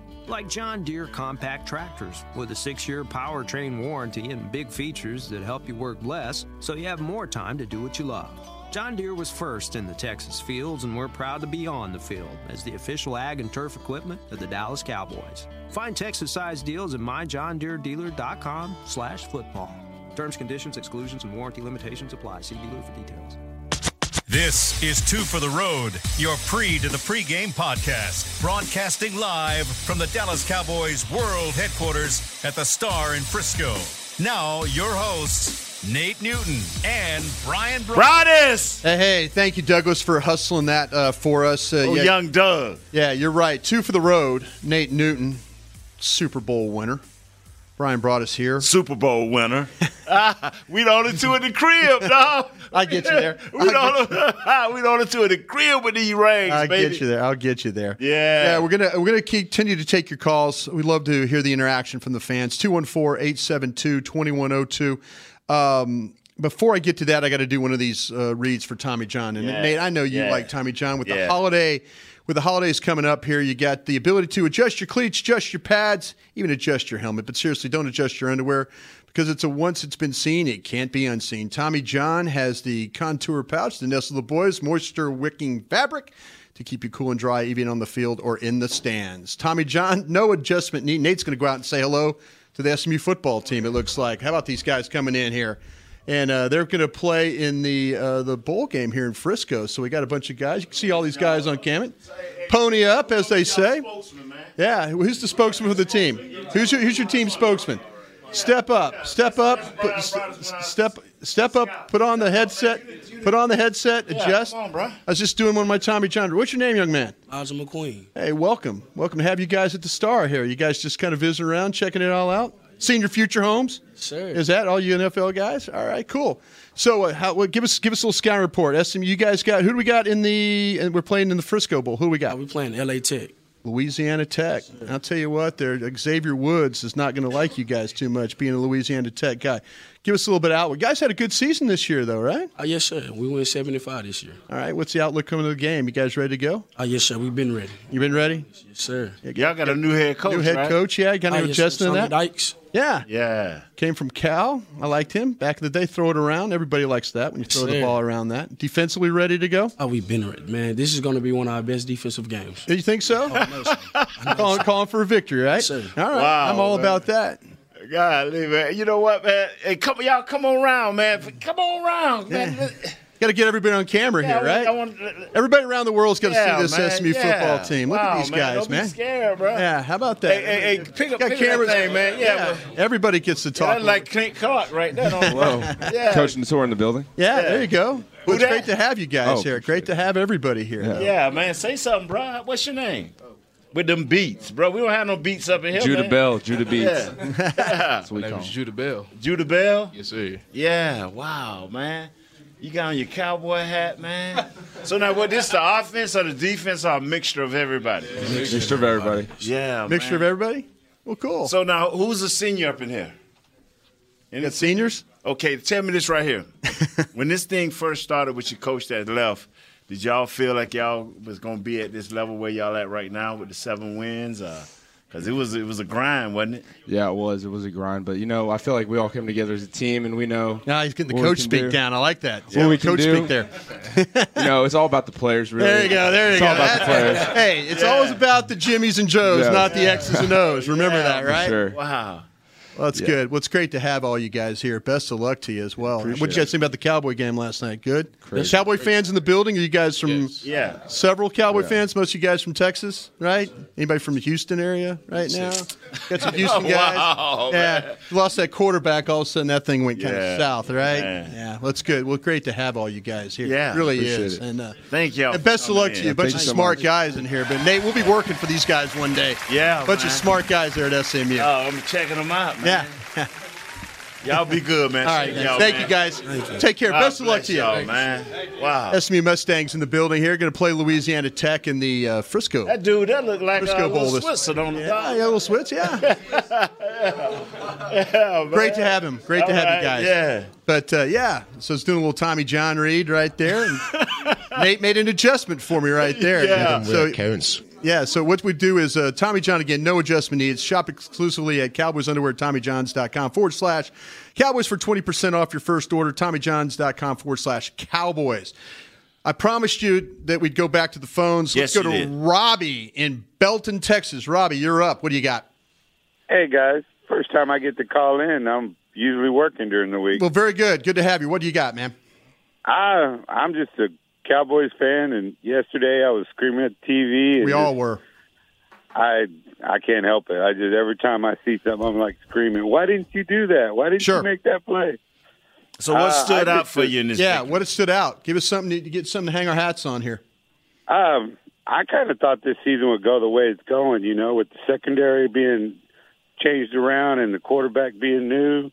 Speaker 9: Like John Deere compact tractors with a six year powertrain warranty and big features that help you work less so you have more time to do what you love. John Deere was first in the Texas fields, and we're proud to be on the field as the official ag and turf equipment of the Dallas Cowboys. Find Texas-sized deals at myjohndeeredealer.com slash football. Terms, conditions, exclusions, and warranty limitations apply. See dealer for details.
Speaker 1: This is Two for the Road, your pre to the pregame podcast, broadcasting live from the Dallas Cowboys World Headquarters at the Star in Frisco. Now, your hosts, Nate Newton and Brian Bro-
Speaker 3: Broadus,
Speaker 2: Hey, hey, thank you, Douglas, for hustling that uh, for us. Uh,
Speaker 3: oh,
Speaker 2: yeah,
Speaker 3: young Doug.
Speaker 2: yeah, you're right. Two for the road. Nate Newton, Super Bowl winner. Brian brought us here.
Speaker 3: Super Bowl winner. Ah, we the only two in the crib, dog.
Speaker 2: I get you there.
Speaker 3: We the only, we the only two in the crib with these rings,
Speaker 2: I'll
Speaker 3: baby.
Speaker 2: get you there. I'll get you there.
Speaker 3: Yeah.
Speaker 2: Yeah, we're gonna we're gonna continue to take your calls. We love to hear the interaction from the fans. 214-872-2102. Um before I get to that, I got to do one of these uh, reads for Tommy John. And
Speaker 3: Yeah.
Speaker 2: Nate, I know you
Speaker 3: Yeah.
Speaker 2: like Tommy John. With the
Speaker 3: Yeah.
Speaker 2: holiday, with the holidays coming up here, you got the ability to adjust your cleats, adjust your pads, even adjust your helmet. But seriously, don't adjust your underwear because it's a once it's been seen, it can't be unseen. Tommy John has the contour pouch, the nestle the boys, moisture wicking fabric to keep you cool and dry, even on the field or in the stands. Tommy John, no adjustment need. Nate's going to go out and say hello to the SMU football team. It looks like. How about these guys coming in here? And uh, they're going to play in the uh, the bowl game here in Frisco. So we got a bunch of guys. You can see all these guys on Camet. Pony up, as they say. Yeah, who's the spokesman for the team? Who's your, who's your team spokesman? Step up, step up, put, s- s- step step up. Put on the headset. Put on the headset. Adjust.
Speaker 3: come on, bro.
Speaker 2: I was just doing one of my Tommy John. What's your name, young man?
Speaker 10: Ozzy McQueen.
Speaker 2: Hey, welcome, welcome to have you guys at the Star here. You guys just kind of visiting around, checking it all out, seeing your future homes.
Speaker 10: Sure.
Speaker 2: Is that all you NFL guys? All right, cool. So, uh, how, well, give us give us a little scout report. SMU, you guys got who do we got in the? And we're playing in the Frisco Bowl. Who do we got?
Speaker 10: Uh, We playing LA Tech.
Speaker 2: Louisiana Tech. I'll tell you what, there Xavier Woods is not going to like you guys too much, being a Louisiana Tech guy. Give us a little bit of outlook. Guys had a good season this year, though, right?
Speaker 10: Oh yes, sir. We win seventy five this year.
Speaker 2: All right. What's the outlook coming to the game? You guys ready to go?
Speaker 10: Oh yes, sir. We've been ready.
Speaker 2: You been ready?
Speaker 10: Yes, sir.
Speaker 3: Y'all got a new head coach,
Speaker 2: New head
Speaker 3: right?
Speaker 2: coach, yeah. Kind
Speaker 10: Oh, yes,
Speaker 2: of
Speaker 10: sir.
Speaker 2: adjusting to
Speaker 10: Sonny
Speaker 2: that.
Speaker 10: Dykes.
Speaker 2: Yeah.
Speaker 3: Yeah.
Speaker 2: Came from Cal. I liked him back in the day. Throw it around. Everybody likes that when you throw the
Speaker 10: sir.
Speaker 2: ball around that. Defensively ready to go.
Speaker 10: Oh, we've been ready, man. This is going to be one of our best defensive games. Oh,
Speaker 2: You think so? calling, calling for a victory, right?
Speaker 10: sir.
Speaker 2: All right.
Speaker 3: Wow,
Speaker 2: I'm all
Speaker 3: man.
Speaker 2: about that.
Speaker 3: Golly, man. You know what, man? Hey, come, y'all come on round, man. Come on round, man.
Speaker 2: Got to get everybody on camera
Speaker 3: Yeah, I
Speaker 2: here,
Speaker 3: want-
Speaker 2: right?
Speaker 3: I want- uh,
Speaker 2: everybody around the world's got to
Speaker 3: Yeah,
Speaker 2: see this
Speaker 3: man,
Speaker 2: SMU
Speaker 3: yeah.
Speaker 2: football team. Look
Speaker 3: Wow,
Speaker 2: at these
Speaker 3: man,
Speaker 2: guys,
Speaker 3: don't be
Speaker 2: man.
Speaker 3: scared, bro.
Speaker 2: Yeah, how about that?
Speaker 3: Hey, hey, hey, pick up-
Speaker 2: got
Speaker 3: pick up that
Speaker 2: cameras,
Speaker 3: thing, man. Yeah,
Speaker 2: everybody gets to talk.
Speaker 3: That's like Clint Clark right there. Don't yeah.
Speaker 11: Coach Nassor in the building.
Speaker 2: yeah, there you go. Well, it's
Speaker 3: that?
Speaker 2: great to have you guys
Speaker 11: Oh,
Speaker 2: here. Great to have everybody here.
Speaker 3: Yeah, man. Say something, bro. What's your name? With them beats, bro. We don't have no beats up in here.
Speaker 11: Judah
Speaker 3: man.
Speaker 11: Bell, Judah Beats.
Speaker 3: Yeah.
Speaker 11: That's what we call him.
Speaker 9: Judah Bell.
Speaker 3: Judah Bell?
Speaker 9: Yes, sir.
Speaker 3: Yeah, wow, man. You got on your cowboy hat, man. So now what this the offense or the defense or a mixture of everybody?
Speaker 11: Mixture of everybody.
Speaker 3: Yeah. Oh,
Speaker 2: Mixture of everybody. Well, cool.
Speaker 3: So now who's a senior up in here?
Speaker 2: you got seniors.
Speaker 3: Okay, tell me this right here. when this thing first started with your coach that left, did y'all feel like y'all was gonna be at this level where y'all at right now with the seven wins? Uh, Cause it was it was a grind, wasn't it?
Speaker 11: Yeah, it was. It was a grind, but you know, I feel like we all came together as a team, and we know.
Speaker 2: Now he's getting the
Speaker 11: what we
Speaker 2: coach
Speaker 11: can
Speaker 2: speak
Speaker 11: do.
Speaker 2: down. I like that.
Speaker 11: What we can
Speaker 2: coach
Speaker 11: do.
Speaker 2: speak there.
Speaker 11: You know, it's all about the players, really.
Speaker 2: There you go. There you
Speaker 11: it's
Speaker 2: go.
Speaker 11: all about the
Speaker 2: That-
Speaker 11: players.
Speaker 2: hey, it's
Speaker 3: Yeah.
Speaker 2: always about the Jimmies and Joes,
Speaker 11: Yeah.
Speaker 2: not the X's and O's. Remember
Speaker 3: Yeah,
Speaker 2: that,
Speaker 3: for
Speaker 2: right?
Speaker 11: Sure.
Speaker 3: Wow.
Speaker 2: Well, that's good. Well, it's great to have all you guys here. Best of luck to you as well. What you guys think about the Cowboy game last night? Good. Cowboy fans in the building? Are you guys from
Speaker 3: Yeah.
Speaker 2: several Cowboy fans? Most of you guys from Texas, right? Anybody from the Houston area right now? Got some Houston guys.
Speaker 3: Wow,
Speaker 2: yeah, You lost that quarterback. All of a sudden, that thing went kind
Speaker 3: Yeah,
Speaker 2: of south, right?
Speaker 3: man.
Speaker 2: Yeah, well, that's good. Well, great to have all you guys here.
Speaker 3: Yeah,
Speaker 2: it really
Speaker 11: appreciate
Speaker 2: is.
Speaker 11: it.
Speaker 2: And uh,
Speaker 3: Thank y'all.
Speaker 2: and best of
Speaker 3: Oh,
Speaker 2: luck
Speaker 3: man.
Speaker 2: to you. A bunch
Speaker 11: Thank
Speaker 2: of
Speaker 11: you so
Speaker 2: smart
Speaker 11: much.
Speaker 2: guys in here. But Nate, we'll be working for these guys one day.
Speaker 3: Yeah,
Speaker 2: bunch of
Speaker 3: man.
Speaker 2: smart guys there at SMU.
Speaker 3: Oh, I'm checking them out, man.
Speaker 2: yeah.
Speaker 3: Y'all be good, man.
Speaker 2: All right.
Speaker 3: Y'all,
Speaker 2: Thank
Speaker 3: man.
Speaker 2: you guys. Take care.
Speaker 3: God
Speaker 2: Best of luck
Speaker 3: bless
Speaker 2: to you.
Speaker 3: y'all, man. Wow.
Speaker 2: SMU Mustangs in the building here. Going to play Louisiana Tech in the uh, Frisco.
Speaker 3: That dude, that looked like
Speaker 2: Frisco
Speaker 3: a
Speaker 2: Bowl
Speaker 3: little
Speaker 2: this-
Speaker 3: Switzerland on the
Speaker 2: yeah,
Speaker 3: yeah,
Speaker 2: yeah, little switch. Yeah. Great to have him. Great to have you guys.
Speaker 3: Yeah.
Speaker 2: But uh, yeah, so it's doing a little Tommy John Reed right there. And Nate made an adjustment for me right there.
Speaker 3: Yeah.
Speaker 2: So Yeah, so what we do is uh, Tommy John, again, no adjustment needs. Shop exclusively at cowboysunderweartommyjohns.com forward slash cowboys for 20% off your first order, tommyjohns.com forward slash cowboys. I promised you that we'd go back to the phones.
Speaker 3: Yes,
Speaker 2: Let's go
Speaker 3: you
Speaker 2: to
Speaker 3: did.
Speaker 2: Robbie in Belton, Texas. Robbie, you're up. What do you got?
Speaker 4: Hey guys, first time I get to call in. I'm usually working during the week.
Speaker 2: Well, very good. Good to have you. What do you got, man?
Speaker 4: I I'm just a Cowboys fan, and yesterday I was screaming at the TV. And
Speaker 2: We
Speaker 4: just-
Speaker 2: all were.
Speaker 4: I I can't help it. I just every time I see something, I'm like screaming. Why didn't you do that? Why didn't
Speaker 2: Sure.
Speaker 4: you make that play?
Speaker 3: So what
Speaker 4: Uh,
Speaker 3: stood
Speaker 4: I
Speaker 3: out
Speaker 4: just-
Speaker 3: for you in this?
Speaker 2: Yeah,
Speaker 3: thing?
Speaker 2: what it stood out. Give us something to to get something to hang our hats on here.
Speaker 4: Um, I kind of thought this season would go the way it's going, you know, with the secondary being changed around and the quarterback being new.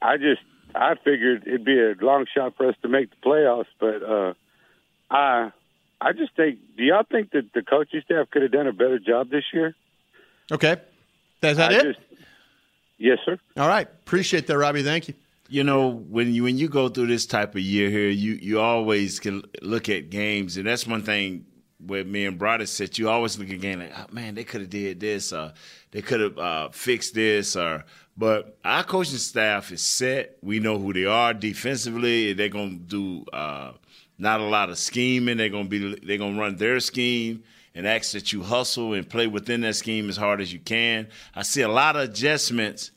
Speaker 4: I just I figured it'd be a long shot for us to make the playoffs, but uh, I I just think. Do y'all think that the coaching staff could have done a better job this year?
Speaker 2: Okay. Is that
Speaker 4: I
Speaker 2: it?
Speaker 4: just yes, sir.
Speaker 2: all right. Appreciate that, Robbie. Thank you.
Speaker 3: you know when you when you go through this type of year here, you you always can look at games, and that's one thing where me and Brother said you always look at game like, oh, man, they could have did this, or they could have uh, fixed this, or but our coaching staff is set. We know who they are defensively. They're gonna do uh, not a lot of scheming. They're gonna be they're gonna run their scheme and ask that you hustle and play within that scheme as hard as you can. I see a lot of adjustments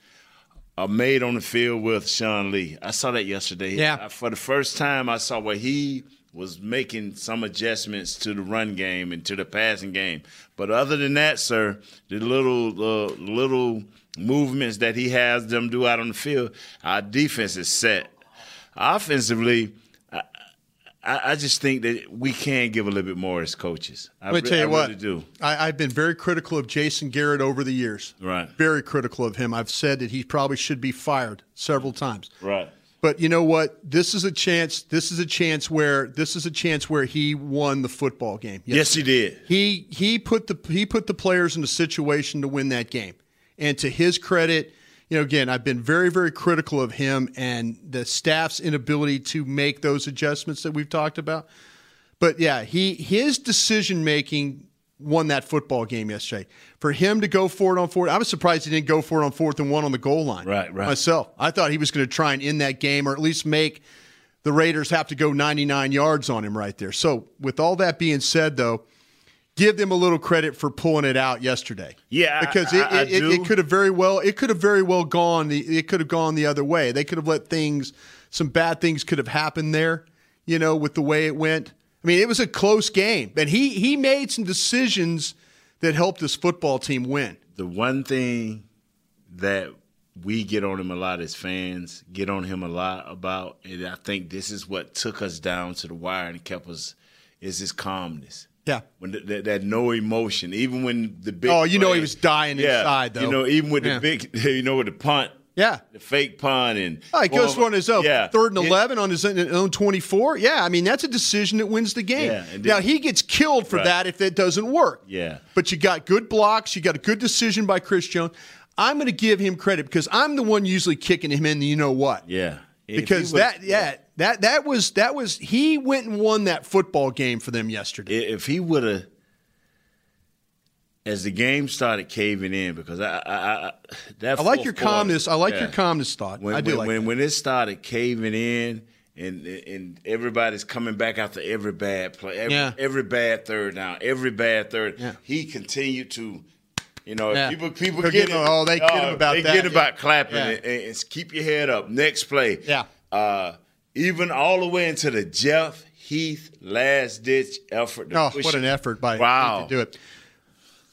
Speaker 3: are made on the field with Sean Lee. I saw that yesterday.
Speaker 2: Yeah.
Speaker 3: I- for the first time, I saw where he was making some adjustments to the run game and to the passing game. But other than that, sir, the little uh, little movements that he has them do out on the field, our defense is set. Offensively, I, I, I just think that we can give a little bit more as coaches. I,
Speaker 2: Let me
Speaker 3: re-
Speaker 2: tell you
Speaker 3: I
Speaker 2: what.
Speaker 3: really do.
Speaker 2: I, I've been very critical of Jason Garrett over the years.
Speaker 3: Right.
Speaker 2: Very critical of him. I've said that he probably should be fired several times.
Speaker 3: Right.
Speaker 2: But you know what? This is a chance. This is a chance where this is a chance where he won the football game.
Speaker 3: Yes, he did.
Speaker 2: He he put the he put the players in a situation to win that game. And to his credit, you know, again, I've been very very critical of him and the staff's inability to make those adjustments that we've talked about. But yeah, he his decision making won that football game yesterday. For him to go for it on fourth, I was surprised he didn't go for it on fourth and one on the goal line.
Speaker 3: Right, right.
Speaker 2: Myself, I thought he was going to try and end that game or at least make the Raiders have to go 99 yards on him right there. So, with all that being said, though, give them a little credit for pulling it out yesterday.
Speaker 3: Yeah, I-
Speaker 2: because
Speaker 3: I- I
Speaker 2: it, it,
Speaker 3: do.
Speaker 2: it, it could have very well it could have very well gone the it could have gone the other way. They could have let things some bad things could have happened there. you know, with the way it went. I mean, it was a close game, and he he made some decisions that helped his football team win.
Speaker 3: The one thing that we get on him a lot as fans, get on him a lot about, and I think this is what took us down to the wire and kept us is his calmness.
Speaker 2: Yeah.
Speaker 3: When th- that, that no emotion, even when the big
Speaker 2: Oh, you know he
Speaker 3: play-
Speaker 2: was dying inside, though.
Speaker 3: You know, even with
Speaker 2: Yeah.
Speaker 3: the big, you know, with the punt,
Speaker 2: Yeah.
Speaker 3: the fake punt, and
Speaker 2: Oh, he goes
Speaker 3: Well,
Speaker 2: for on his own
Speaker 3: yeah.
Speaker 2: third and
Speaker 3: It-
Speaker 2: eleven on his own- own twenty-four. Yeah, I mean that's a decision that wins the game.
Speaker 3: Yeah, and
Speaker 2: now
Speaker 3: then-
Speaker 2: he gets killed for
Speaker 3: Right.
Speaker 2: that if it doesn't work.
Speaker 3: Yeah.
Speaker 2: but you got good blocks. You got a good decision by Chris Jones. I'm going to give him credit because I'm the one usually kicking him in. The you know what?
Speaker 3: Yeah, If he
Speaker 2: because
Speaker 3: would-
Speaker 2: that yeah, that that was that was he went and won that football game for them yesterday.
Speaker 3: i- if he would have, as the game started caving in, because I, I, I I- that
Speaker 2: I like
Speaker 3: fourth
Speaker 2: your
Speaker 3: quarter-
Speaker 2: calmness. I like
Speaker 3: Yeah.
Speaker 2: your calmness thought.
Speaker 3: When,
Speaker 2: I do
Speaker 3: when,
Speaker 2: like
Speaker 3: when,
Speaker 2: that.
Speaker 3: when it started caving in. And, and everybody's coming back after every bad play, every,
Speaker 2: Yeah.
Speaker 3: every bad third down, every bad third.
Speaker 2: Yeah.
Speaker 3: He continued to, you know,
Speaker 2: Yeah.
Speaker 3: people people
Speaker 2: They'll
Speaker 3: get
Speaker 2: give him- oh, they get him about
Speaker 3: they
Speaker 2: that.
Speaker 3: get about
Speaker 2: Yeah.
Speaker 3: clapping
Speaker 2: Yeah.
Speaker 3: and, and keep your head up. Next play,
Speaker 2: Yeah.
Speaker 3: uh, even all the way into the Jeff Heath last ditch effort. to
Speaker 2: Oh,
Speaker 3: push
Speaker 2: what an
Speaker 3: it.
Speaker 2: effort by
Speaker 3: Wow.
Speaker 2: to do it.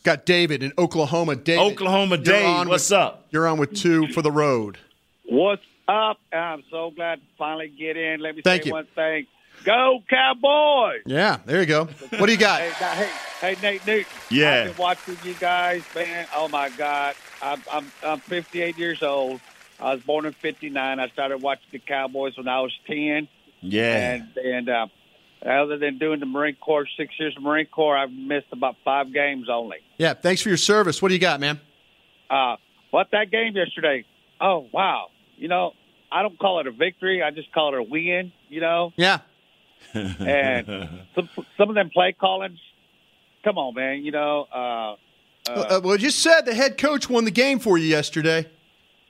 Speaker 2: Got David in Oklahoma. David,
Speaker 3: Oklahoma
Speaker 2: you're
Speaker 3: Dave,
Speaker 2: on
Speaker 3: what's
Speaker 2: with-
Speaker 3: up?
Speaker 2: You're on with two for the road.
Speaker 12: What's up? I'm so glad to finally get in. Let me
Speaker 2: Thank
Speaker 12: say
Speaker 2: you.
Speaker 12: one thing. Go Cowboys!
Speaker 2: Yeah, there you go. What do you got?
Speaker 12: Hey, now, hey, hey, Nate Newton.
Speaker 3: Yeah.
Speaker 12: I've been watching you guys, man. Oh my God, I'm I'm I'm 58 years old. I was born in '59. I started watching the Cowboys when I was 10,
Speaker 3: Yeah,
Speaker 12: and and uh, other than doing the Marine Corps, six years of Marine Corps, I've missed about five games only.
Speaker 2: Yeah, thanks for your service. What do you got, man?
Speaker 12: Uh, what that game yesterday? Oh wow, you know. I don't call it a victory. I just call it a win, you know.
Speaker 2: Yeah,
Speaker 12: And some, some of them play callings, come on, man. You know, uh,
Speaker 2: Uh, well, you said the head coach won the game for you yesterday.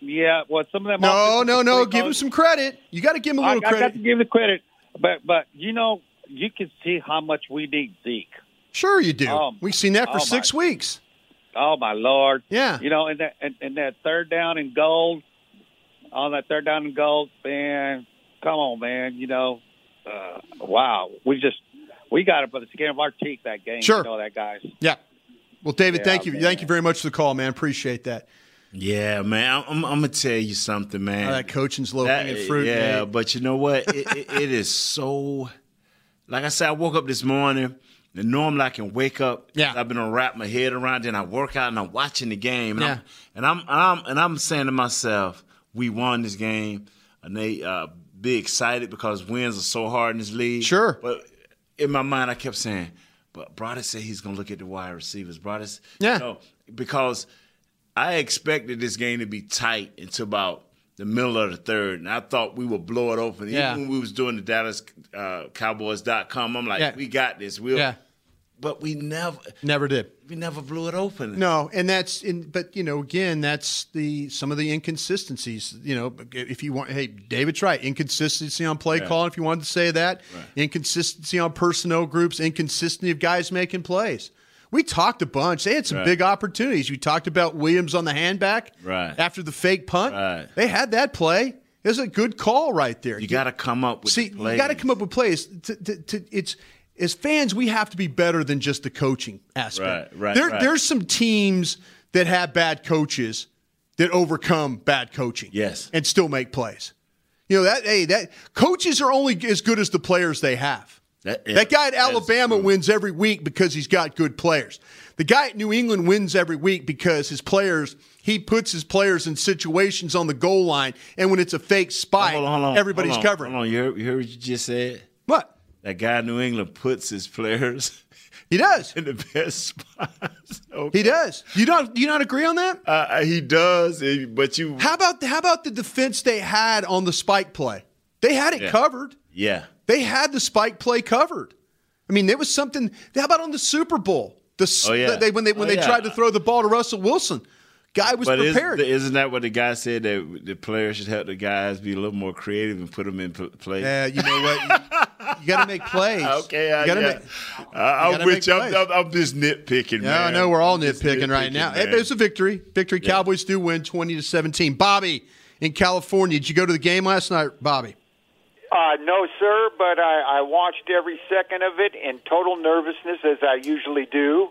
Speaker 12: Yeah, well, some of them.
Speaker 2: No,
Speaker 12: offensive
Speaker 2: no, no.
Speaker 12: play
Speaker 2: Give him
Speaker 12: calls-
Speaker 2: some credit. You got to give him a
Speaker 12: I, I
Speaker 2: little
Speaker 12: got
Speaker 2: credit.
Speaker 12: to give the credit, but but you know, you can see how much we need Zeke.
Speaker 2: Sure, you do.
Speaker 12: Um,
Speaker 2: We've seen that for
Speaker 12: oh,
Speaker 2: six
Speaker 12: my-
Speaker 2: weeks.
Speaker 12: Oh my lord!
Speaker 2: Yeah.
Speaker 12: you know, and that and, and that third down and goal, on that third down and goal, man, come on, man. You know, uh, wow, we just we got it by the skin of our teeth that game.
Speaker 2: Sure.
Speaker 12: you know that guys.
Speaker 2: Yeah. Well, David,
Speaker 12: Yeah,
Speaker 2: thank you.
Speaker 12: man.
Speaker 2: Thank you very much for the call, man. Appreciate that.
Speaker 3: yeah, man. I'm, I'm gonna tell you something, man.
Speaker 2: Oh, that coaching's low hanging fruit.
Speaker 3: Yeah,
Speaker 2: man.
Speaker 3: but you know what? It, it, it is so. Like I said, I woke up this morning. And normally I can wake up.
Speaker 2: Yeah.
Speaker 3: I've been to wrap my head around. it, and I work out and I'm watching the game. And,
Speaker 2: Yeah.
Speaker 3: I'm, and I'm and I'm and I'm saying to myself, we won this game, and they uh, be excited because wins are so hard in this league.
Speaker 2: Sure.
Speaker 3: But in my mind, I kept saying, but Broadus said he's gonna look at the wide receivers. Broadus,
Speaker 2: Yeah.
Speaker 3: you know, because I expected this game to be tight until about the middle of the third, and I thought we would blow it open.
Speaker 2: Yeah.
Speaker 3: Even when we was doing the Dallas uh, Cowboys.com, I'm like,
Speaker 2: Yeah.
Speaker 3: we got this. We'll,
Speaker 2: yeah,
Speaker 3: but we never,
Speaker 2: never did.
Speaker 3: we never blew it open.
Speaker 2: No, and that's in. But you know, again, that's the some of the inconsistencies. You know, if you want, hey, David's right. Inconsistency on play calling. If you wanted to say that, inconsistency on personnel groups, inconsistency of guys making plays. We talked a bunch. They had some big opportunities. You talked about Williams on the handback
Speaker 3: Right.
Speaker 2: after the fake punt.
Speaker 3: Right.
Speaker 2: They had that play. It was a good call right there.
Speaker 3: you got to come up with
Speaker 2: See,
Speaker 3: plays.
Speaker 2: you got to come up with plays. To, to, to, it's as fans, we have to be better than just the coaching aspect.
Speaker 3: Right, right,
Speaker 2: There,
Speaker 3: right.
Speaker 2: There's some teams that have bad coaches that overcome bad coaching.
Speaker 3: Yes.
Speaker 2: and still make plays. You know that. Hey, that coaches are only as good as the players they have.
Speaker 3: That-
Speaker 2: that guy at
Speaker 3: that is
Speaker 2: Alabama
Speaker 3: true.
Speaker 2: wins every week because he's got good players. The guy at New England wins every week because his players he puts his players in situations on the goal line, and when it's a fake spot,
Speaker 3: Hold on, hold on,
Speaker 2: everybody's
Speaker 3: hold on,
Speaker 2: covering.
Speaker 3: Hold on, you heard, you heard what you just said?
Speaker 2: What?
Speaker 3: That guy in New England puts his players
Speaker 2: He does.
Speaker 3: in the best spots. Okay.
Speaker 2: He does. You don't. You not agree on that?
Speaker 3: Uh, he does, eh, but you.
Speaker 2: How about how about the defense they had on the spike play? They had it
Speaker 3: Yeah.
Speaker 2: covered.
Speaker 3: Yeah.
Speaker 2: They had the spike play covered. I mean, there was something. How about on the Super Bowl? The s-
Speaker 3: Oh, yeah.
Speaker 2: they when they when
Speaker 3: Oh,
Speaker 2: they
Speaker 3: yeah.
Speaker 2: tried to throw the ball to Russell Wilson, guy was
Speaker 3: But is,
Speaker 2: prepared.
Speaker 3: isn't that what the guy said that the players should help the guys be a little more creative and put them in p- play?
Speaker 2: yeah, you know what? You, got to make plays.
Speaker 3: Okay,
Speaker 2: you
Speaker 3: I,
Speaker 2: gotta
Speaker 3: yeah.
Speaker 2: make-
Speaker 3: I,
Speaker 2: gotta
Speaker 3: am with you.
Speaker 2: make
Speaker 3: I'm,
Speaker 2: plays.
Speaker 3: I'm, I'm just nitpicking.
Speaker 2: No,
Speaker 3: man.
Speaker 2: no, we're all
Speaker 3: I'm just
Speaker 2: nitpicking right now.
Speaker 3: man.
Speaker 2: It was a victory. Victory. Cowboys do win, twenty to seventeen. Bobby in California. Did you go to the game last night, Bobby?
Speaker 13: Uh, no, sir, but I, I watched every second of it in total nervousness, as I usually do.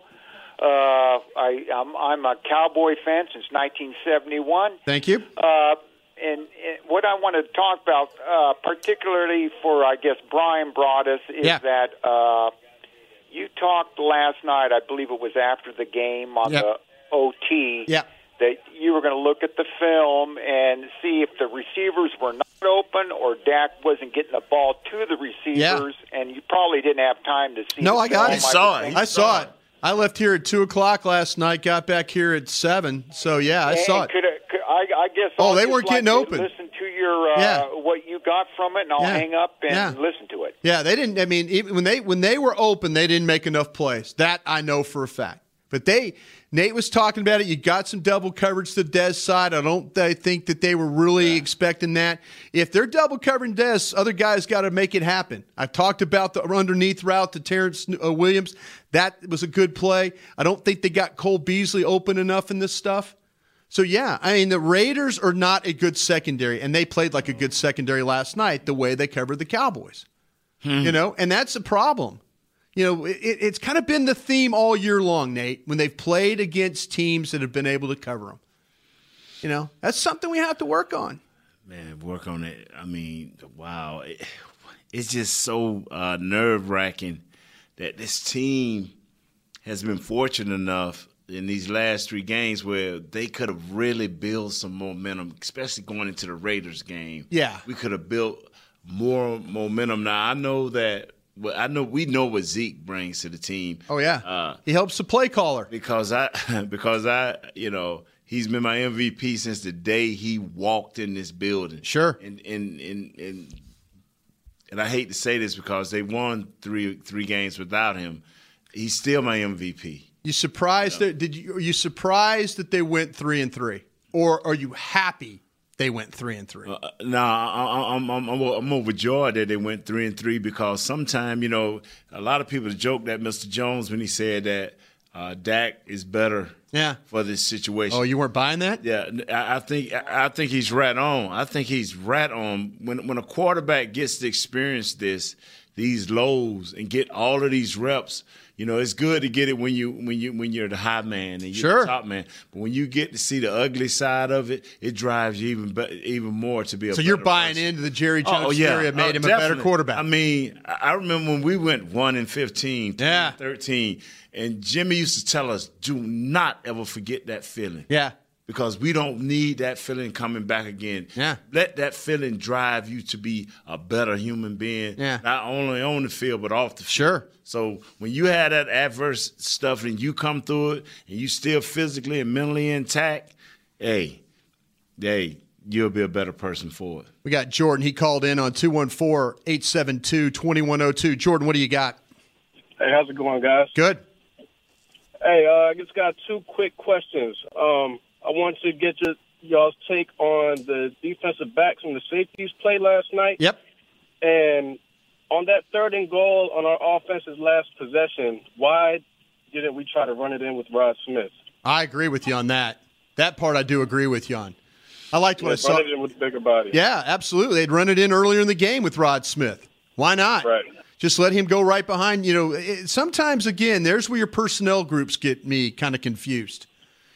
Speaker 13: Uh, I, I'm, I'm a Cowboy fan since 1971.
Speaker 2: Thank you.
Speaker 13: Uh, and, and what I want to talk about, uh, particularly for, I guess, Brian Broadus, is
Speaker 2: Yeah.
Speaker 13: that uh, you talked last night, I believe it was after the game on
Speaker 2: Yep.
Speaker 13: the OT,
Speaker 2: Yeah.
Speaker 13: that you were going to look at the film and see if the receivers were not open or Dak wasn't getting the ball to the receivers, and you probably didn't have time to see
Speaker 2: No, I got it. I
Speaker 13: I
Speaker 2: saw it. I left here at two o'clock last night. Got back here at seven. So yeah, I saw it.
Speaker 13: Could, could, I, I guess.
Speaker 2: Oh,
Speaker 13: I'll
Speaker 2: they
Speaker 13: just
Speaker 2: weren't
Speaker 13: like
Speaker 2: getting
Speaker 13: to
Speaker 2: open.
Speaker 13: Listen to your uh,
Speaker 2: Yeah.
Speaker 13: what you got from it, and I'll
Speaker 2: Yeah.
Speaker 13: hang up and
Speaker 2: Yeah.
Speaker 13: listen to it.
Speaker 2: Yeah, they didn't. I mean, even when they when they were open, they didn't make enough plays. That I know for a fact. But they, Nate was talking about it. You got some double coverage to Dez side. I don't I think that they were really expecting that. If they're double covering Dez, other guys got to make it happen. I talked about the underneath route to Terrence uh, Williams. That was a good play. I don't think they got Cole Beasley open enough in this stuff. So yeah, I mean the Raiders are not a good secondary, and they played like a good secondary last night. The way they covered the Cowboys. You know, and that's the problem. You know, it, it's kind of been the theme all year long, Nate, when they've played against teams that have been able to cover them. You know, that's something we have to work on.
Speaker 3: Man, work on it. I mean, wow. It- it's just so uh, nerve wracking that this team has been fortunate enough in these last three games where they could have really built some momentum, especially going into the Raiders game.
Speaker 2: Yeah.
Speaker 3: We could have built more momentum. Now, I know that, well, I know we know what Zeke brings to the team.
Speaker 2: Oh yeah,
Speaker 3: Uh,
Speaker 2: he helps the play caller.
Speaker 3: because I because I you know he's been my MVP since the day he walked in this building.
Speaker 2: Sure.
Speaker 3: And and and and, and I hate to say this because they won three three games without him. He's still my MVP.
Speaker 2: You surprised? That, did you? Are you surprised that they went three and three, or are you happy they went three and three?
Speaker 3: Uh, nah, I, I, I'm, I'm I'm I'm overjoyed that they went three and three because sometime you know a lot of people joke that Mr. Jones when he said that uh, Dak is better
Speaker 2: yeah.
Speaker 3: for this situation.
Speaker 2: Oh, you weren't buying that?
Speaker 3: Yeah, I I think I I think he's right on. I think he's right on. When when a quarterback gets to experience this, these lows and get all of these reps, you know, it's good to get it when you when you when you're the high man and you're
Speaker 2: Sure.
Speaker 3: the top man. But when you get to see the ugly side of it, it drives you even be, even more to be a
Speaker 2: So you're
Speaker 3: better
Speaker 2: buying
Speaker 3: person.
Speaker 2: into the Jerry Jones theory that made
Speaker 3: Oh,
Speaker 2: him a better
Speaker 3: definitely.
Speaker 2: quarterback.
Speaker 3: I mean, I I remember when we went one and 15, three
Speaker 2: Yeah.
Speaker 3: and 13, and Jimmy used to tell us, "Do not ever forget that feeling."
Speaker 2: yeah.
Speaker 3: because we don't need that feeling coming back again.
Speaker 2: Yeah.
Speaker 3: Let that feeling drive you to be a better human being.
Speaker 2: Yeah.
Speaker 3: Not only on the field but off the field.
Speaker 2: Sure.
Speaker 3: So when you had that adverse stuff and you come through it and you still physically and mentally intact, hey, hey, you'll be a better person for it.
Speaker 2: We got Jordan. He called in on 214 872 2102. Jordan, what do you got?
Speaker 14: Hey, how's it going, guys?
Speaker 2: Good.
Speaker 14: Hey, uh, I just got two quick questions. Um, I want to get your y'all's take on the defensive backs and the safeties play last night.
Speaker 2: Yep.
Speaker 14: And on that third and goal on our offense's last possession, why didn't we try to run it in with Rod Smith?
Speaker 2: I agree with you on that. That part I do agree with you on. I liked what I
Speaker 14: Yeah,
Speaker 2: saw.
Speaker 14: Run it in with a bigger body.
Speaker 2: Yeah, absolutely. They'd run it in earlier in the game with Rod Smith. Why not?
Speaker 14: Right.
Speaker 2: Just let him go right behind. You know, it, sometimes again, there's where your personnel groups get me kind of confused.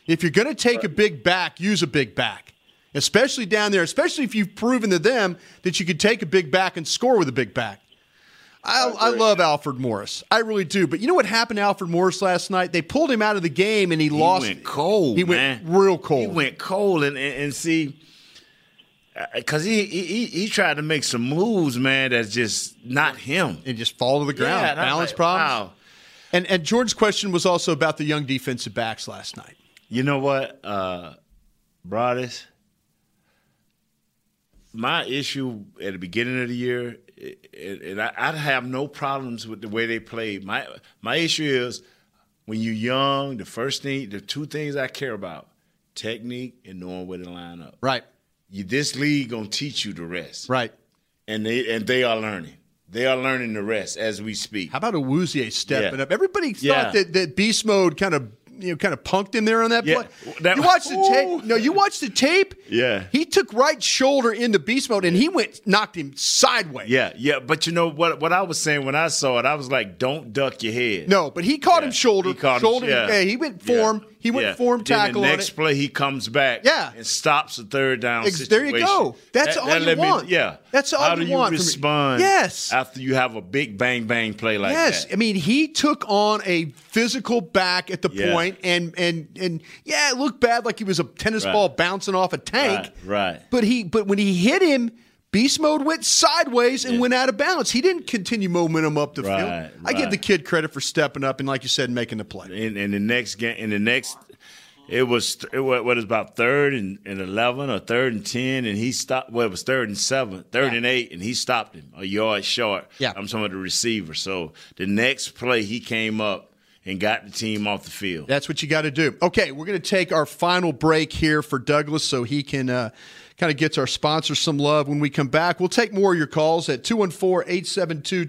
Speaker 2: If you're going to take a big back, use a big back, especially down there, especially if you've proven to them that you could take a big back and score with a big back. I, I love Alfred Morris. I really do. But you know what happened to Alfred Morris last night? They pulled him out of the game and he,
Speaker 3: He
Speaker 2: lost.
Speaker 3: went cold.
Speaker 2: He
Speaker 3: man.
Speaker 2: went real cold.
Speaker 3: He went cold, and and, and see, because he, he he- he tried to make some moves, man. That's just not him.
Speaker 2: and just fall to the ground.
Speaker 3: Yeah, and I'm
Speaker 2: Balance
Speaker 3: like,
Speaker 2: problems.
Speaker 3: wow.
Speaker 2: And and George's question was also about the young defensive backs last night.
Speaker 3: You know what, uh, Broadus? My issue at the beginning of the year, i- i- and I, I have no problems with the way they played. My my issue is when you're young, the first thing, the two things I care about: technique and knowing where to line up.
Speaker 2: Right.
Speaker 3: You, this league gonna teach you the rest,
Speaker 2: Right.
Speaker 3: and they and they are learning. They are learning the rest as we speak.
Speaker 2: How about a Wouzier stepping
Speaker 3: Yeah.
Speaker 2: up? Everybody
Speaker 3: Yeah.
Speaker 2: thought that, that beast mode kind of you know kind of punked him there on that
Speaker 3: Yeah,
Speaker 2: play.
Speaker 3: that-
Speaker 2: you watch the tape. No, you watch the tape.
Speaker 3: Yeah.
Speaker 2: He took right shoulder into beast mode and he went knocked him sideways.
Speaker 3: Yeah, yeah, but you know what? What I was saying when I saw it, I was like, "Don't duck your head."
Speaker 2: No, but he caught him shoulder.
Speaker 3: He caught him-
Speaker 2: shoulder.
Speaker 3: yeah.
Speaker 2: hey, he went form. He went
Speaker 3: Yeah.
Speaker 2: form
Speaker 3: Then
Speaker 2: tackle
Speaker 3: The
Speaker 2: on
Speaker 3: next
Speaker 2: it.
Speaker 3: play, he comes back. Yeah, and stops the third down.
Speaker 2: Ex- there you
Speaker 3: situation.
Speaker 2: go. That's all you
Speaker 3: let me-
Speaker 2: want.
Speaker 3: yeah,
Speaker 2: That's all
Speaker 3: How
Speaker 2: you
Speaker 3: do you
Speaker 2: want from me.
Speaker 3: respond?
Speaker 2: Yes.
Speaker 3: after you have a big bang bang play like
Speaker 2: yes,
Speaker 3: that.
Speaker 2: I mean he took on a physical back at the
Speaker 3: Yeah.
Speaker 2: point and and and yeah, it looked bad like he was a tennis
Speaker 3: Right.
Speaker 2: ball bouncing off a tank.
Speaker 3: Right, right.
Speaker 2: But he but when he hit him, beast mode went sideways and went out of bounds. He didn't continue momentum up the field.
Speaker 3: Right,
Speaker 2: I give
Speaker 3: right.
Speaker 2: the kid credit for stepping up and like you said, making the play.
Speaker 3: in, in the next game, in the next, it was it was, what it was about third and, and eleven or third and ten, and he stopped. Well, it was third and seven, third and eight, and he stopped him a yard short. Yeah, I'm talking about the receiver. So the next play, he came up and got the team off the field.
Speaker 2: That's what you got to do. Okay, we're going to take our final break here for Douglas so he can uh, kind of gets our sponsor some love. When we come back, we'll take more of your calls at 214 872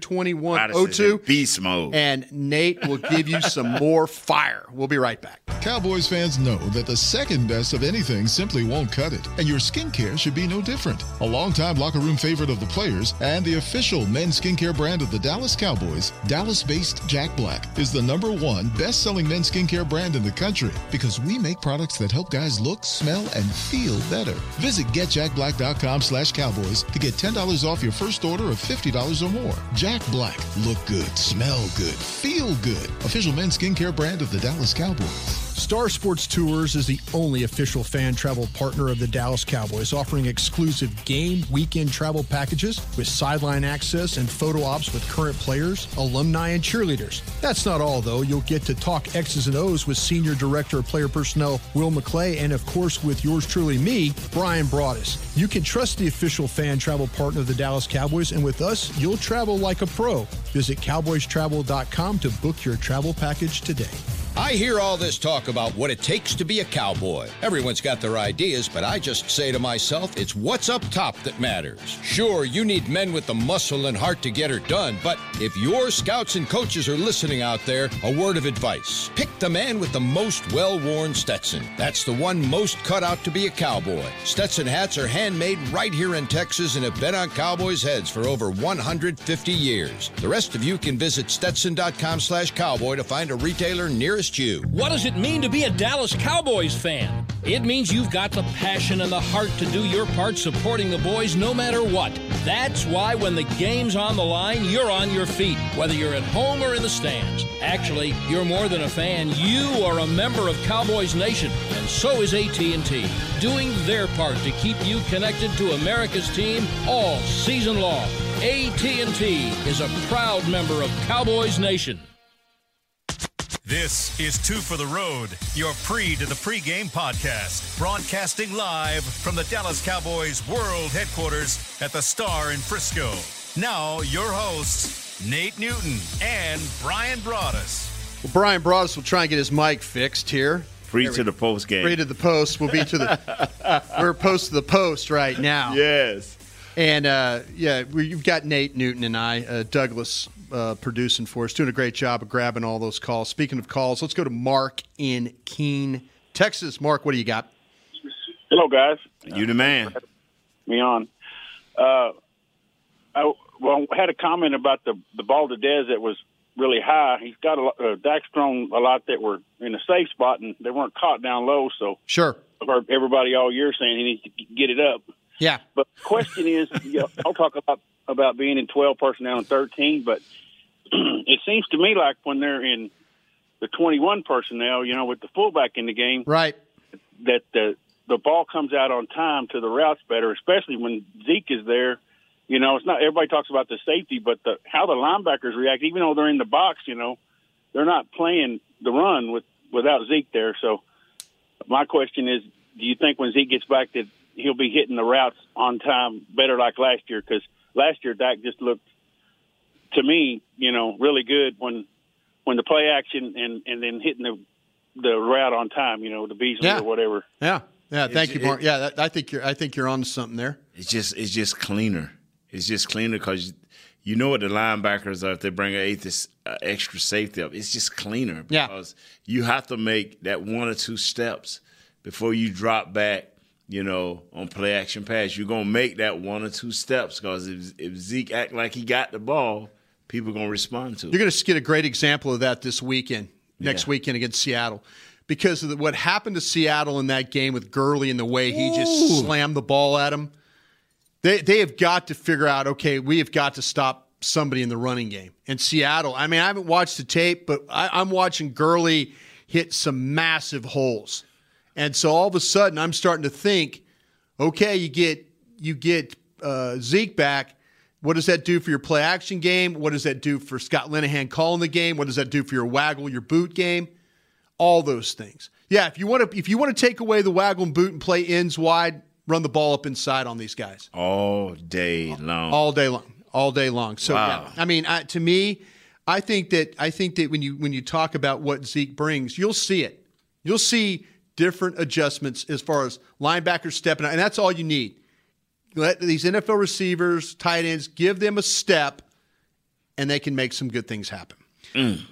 Speaker 2: 2102.
Speaker 3: Beast mode.
Speaker 2: And Nate will give you some more fire. We'll be right back.
Speaker 15: Cowboys fans know that the second best of anything simply won't cut it, and your skincare should be no different. A longtime locker room favorite of the players and the official men's skincare brand of the Dallas Cowboys, Dallas based Jack Black, is the number one best selling men's skincare brand in the country because we make products that help guys look, smell, and feel better. Visit getjackblack.com slash cowboys to get $10 off your first order of $50 or more. Jack Black, look good, smell good, feel good. Official men's skincare brand of the Dallas Cowboys.
Speaker 16: Star Sports Tours is the only official fan travel partner of the Dallas Cowboys, offering exclusive game weekend travel packages with sideline access and photo ops with current players, alumni, and cheerleaders. That's not all, though. You'll get to talk X's and O's with Senior Director of Player Personnel Will McClay and, of course, with yours truly, me, Brian Broaddus. You can trust the official fan travel partner of the Dallas Cowboys, and with us, you'll travel like a pro. Visit cowboystravel.com to book your travel package today.
Speaker 17: I hear all this talk about what it takes to be a cowboy. Everyone's got their ideas, but I just say to myself, it's what's up top that matters. Sure, you need men with the muscle and heart to get it done, but if your scouts and coaches are listening out there, a word of advice. Pick the man with the most well worn Stetson. That's the one most cut out to be a cowboy. Stetson hats are handmade right here in Texas and have been on cowboys' heads for over 150 years. The rest of you can visit stetson.com slash cowboy to find a retailer nearest you.
Speaker 7: What does it mean to be a Dallas Cowboys fan? It means you've got the passion and the heart to do your part supporting the boys no matter what. That's why when the game's on the line, you're on your feet, whether you're at home or in the stands. Actually, you're more than a fan. You are a member of Cowboys Nation, and so is AT&T, doing their part to keep you connected to America's team all season long. AT&T is a proud member of Cowboys Nation.
Speaker 1: This is Two for the Road, your pre to the pregame podcast, broadcasting live from the Dallas Cowboys World Headquarters at the Star in Frisco. Now, your hosts, Nate Newton and Brian Broaddus.
Speaker 2: Well, Brian Broadus will try and get his mic fixed here.
Speaker 3: Free to the post game.
Speaker 2: Free to the post. We'll be to the. we're post to the post right now.
Speaker 3: Yes.
Speaker 2: And uh, yeah, we, you've got Nate Newton and I, uh, Douglas, uh, producing for us, doing a great job of grabbing all those calls. Speaking of calls, let's go to Mark in Keene, Texas. Mark, what do you got?
Speaker 18: Hello, guys.
Speaker 3: You the man.
Speaker 18: Me on. Uh, I well, had a comment about the the ball to Dez that was really high. He's got a lot, uh, Dak's thrown a lot that were in a safe spot and they weren't caught down low. So
Speaker 2: Sure.
Speaker 18: I've heard everybody all year saying he needs to get it up.
Speaker 2: Yeah.
Speaker 18: But the question is, you know, I'll talk about about being in twelve personnel and thirteen, but it seems to me like when they're in the twenty-one personnel, you know, with the fullback in the game,
Speaker 2: Right.
Speaker 18: that the the ball comes out on time to the routes better, especially when Zeke is there. You know, it's not everybody talks about the safety, but the how the linebackers react, even though they're in the box, you know, they're not playing the run with without Zeke there. So my question is, do you think when Zeke gets back that he'll be hitting the routes on time better like last year? Because last year Dak just looked to me, you know, really good when when the play action and and then hitting the the route on time, you know, the Beasley
Speaker 2: Yeah.
Speaker 18: or whatever.
Speaker 2: Yeah. Yeah. Thank you,
Speaker 18: it-
Speaker 2: Mark. Yeah, that, I think you're. I think you're on to something there.
Speaker 3: It's just it's just cleaner. It's just cleaner because you, you know what the linebackers are if they bring an eighth uh, extra safety up. It's just cleaner
Speaker 2: Yeah.
Speaker 3: because you have to make that one or two steps before you drop back. You know, on play action pass, you're gonna make that one or two steps because if, if Zeke act like he got the ball, people gonna respond to it.
Speaker 2: You're going to get a great example of that this weekend, next
Speaker 3: Yeah.
Speaker 2: weekend against Seattle, because of the, what happened to Seattle in that game with Gurley and the way he
Speaker 19: Ooh.
Speaker 2: just slammed the ball at him. They they have got to figure out. Okay, we have got to stop somebody in the running game. And Seattle, I mean, I haven't watched the tape, but I, I'm watching Gurley hit some massive holes, and so all of a sudden, I'm starting to think, okay, you get you get uh, Zeke back. What does that do for your play action game? What does that do for Scott Linehan calling the game? What does that do for your waggle, your boot game? All those things. Yeah, if you want to, if you want to take away the waggle and boot and play ends wide, run the ball up inside on these guys
Speaker 3: all day long.
Speaker 2: all day long, all day long. So
Speaker 3: Wow.
Speaker 2: yeah, I mean, I, to me, I think that I think that when you when you talk about what Zeke brings, you'll see it. You'll see different adjustments as far as linebackers stepping out, and that's all you need. Let these NFL receivers, tight ends, give them a step, and they can make some good things happen.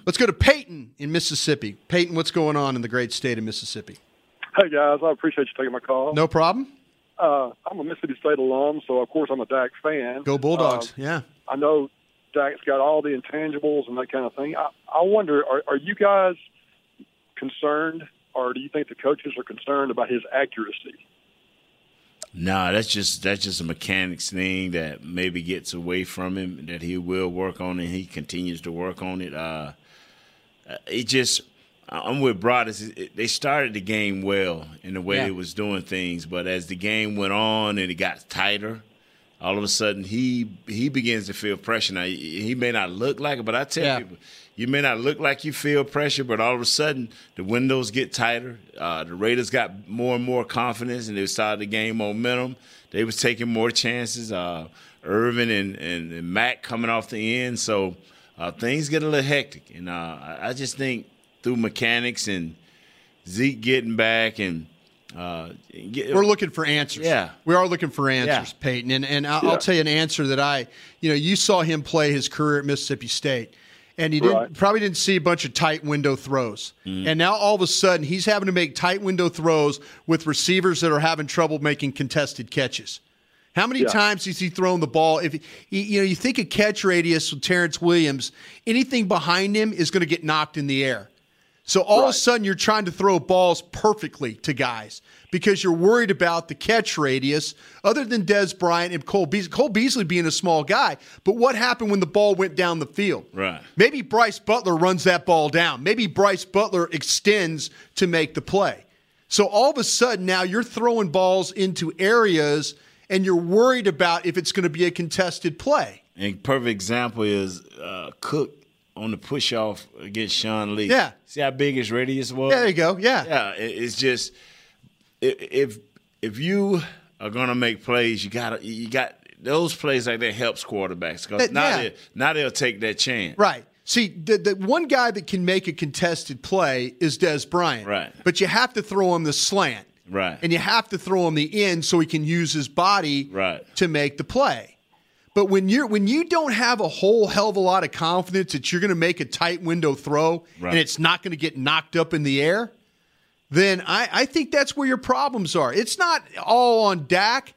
Speaker 2: Let's go to Peyton in Mississippi. Peyton, what's going on in the great state of Mississippi?
Speaker 20: Hey guys, I appreciate you taking my call.
Speaker 2: No problem.
Speaker 20: Uh, I'm a Mississippi State alum, so of course I'm a Dak fan.
Speaker 2: Go Bulldogs.
Speaker 20: Uh,
Speaker 2: yeah.
Speaker 20: I know Dak's got all the intangibles and that kind of thing. I, I wonder, are, are you guys concerned, or do you think the coaches are concerned about his accuracy?
Speaker 3: No, that's just that's just a mechanics thing that maybe gets away from him that he will work on and he continues to work on it. Uh, uh, it just I'm with Broadus. It- They started the game well in the way
Speaker 21: Yeah.
Speaker 3: they was doing things, but as the game went on and it got tighter, all of a sudden he he begins to feel pressure. Now he he may not look like it, but I tell
Speaker 2: Yeah.
Speaker 3: people, you may not look like you feel pressure, but all of a sudden the windows get tighter. Uh, the Raiders got more and more confidence, and they started to gain momentum. They was taking more chances. Uh, Irvin and, and and Matt coming off the end, so uh, things get a little hectic. And uh, I- I just think through mechanics and Zeke getting back and uh, get,
Speaker 2: We're looking for answers.
Speaker 3: Yeah.
Speaker 2: We are looking for answers, Peyton. And, and I'll, I'll tell you an answer that I, you know, you saw him play his career at Mississippi State, and you didn't,
Speaker 20: Right.
Speaker 2: probably didn't see a bunch of tight window throws. And now all of a sudden, he's having to make tight window throws with receivers that are having trouble making contested catches. How many
Speaker 20: Yeah.
Speaker 2: times has he thrown the ball? If you you know, you think a catch radius with Terrence Williams, anything behind him is going to get knocked in the air. So all of a sudden, you're trying to throw balls perfectly to guys because you're worried about the catch radius. Other than Des Bryant and Cole Beasley, Cole Beasley being a small guy, but what happened when the ball went down the field?
Speaker 3: Right.
Speaker 2: Maybe Bryce Butler runs that ball down. Maybe Bryce Butler extends to make the play. So all of a sudden now you're throwing balls into areas and you're worried about if it's going to be a contested play.
Speaker 3: And perfect example is uh, Cook on the push off against Sean Lee.
Speaker 2: Yeah.
Speaker 3: See how big his radius was.
Speaker 2: There you go. Yeah.
Speaker 3: Yeah. it- It's just i- if if you are gonna make plays, you gotta you got those plays like that helps quarterbacks because
Speaker 2: That-
Speaker 3: now
Speaker 2: yeah.
Speaker 3: they now they'll take that chance.
Speaker 2: Right. See, the, the one guy that can make a contested play is Des Bryant. Right. But you have to throw him the slant
Speaker 3: Right.
Speaker 2: and you have to throw him the end so he can use his body
Speaker 3: Right.
Speaker 2: to make the play. But when you're when you don't have a whole hell of a lot of confidence that you're going to make a tight window throw
Speaker 3: Right.
Speaker 2: and it's not going to get knocked up in the air, then I, I think that's where your problems are. It's not all on Dak,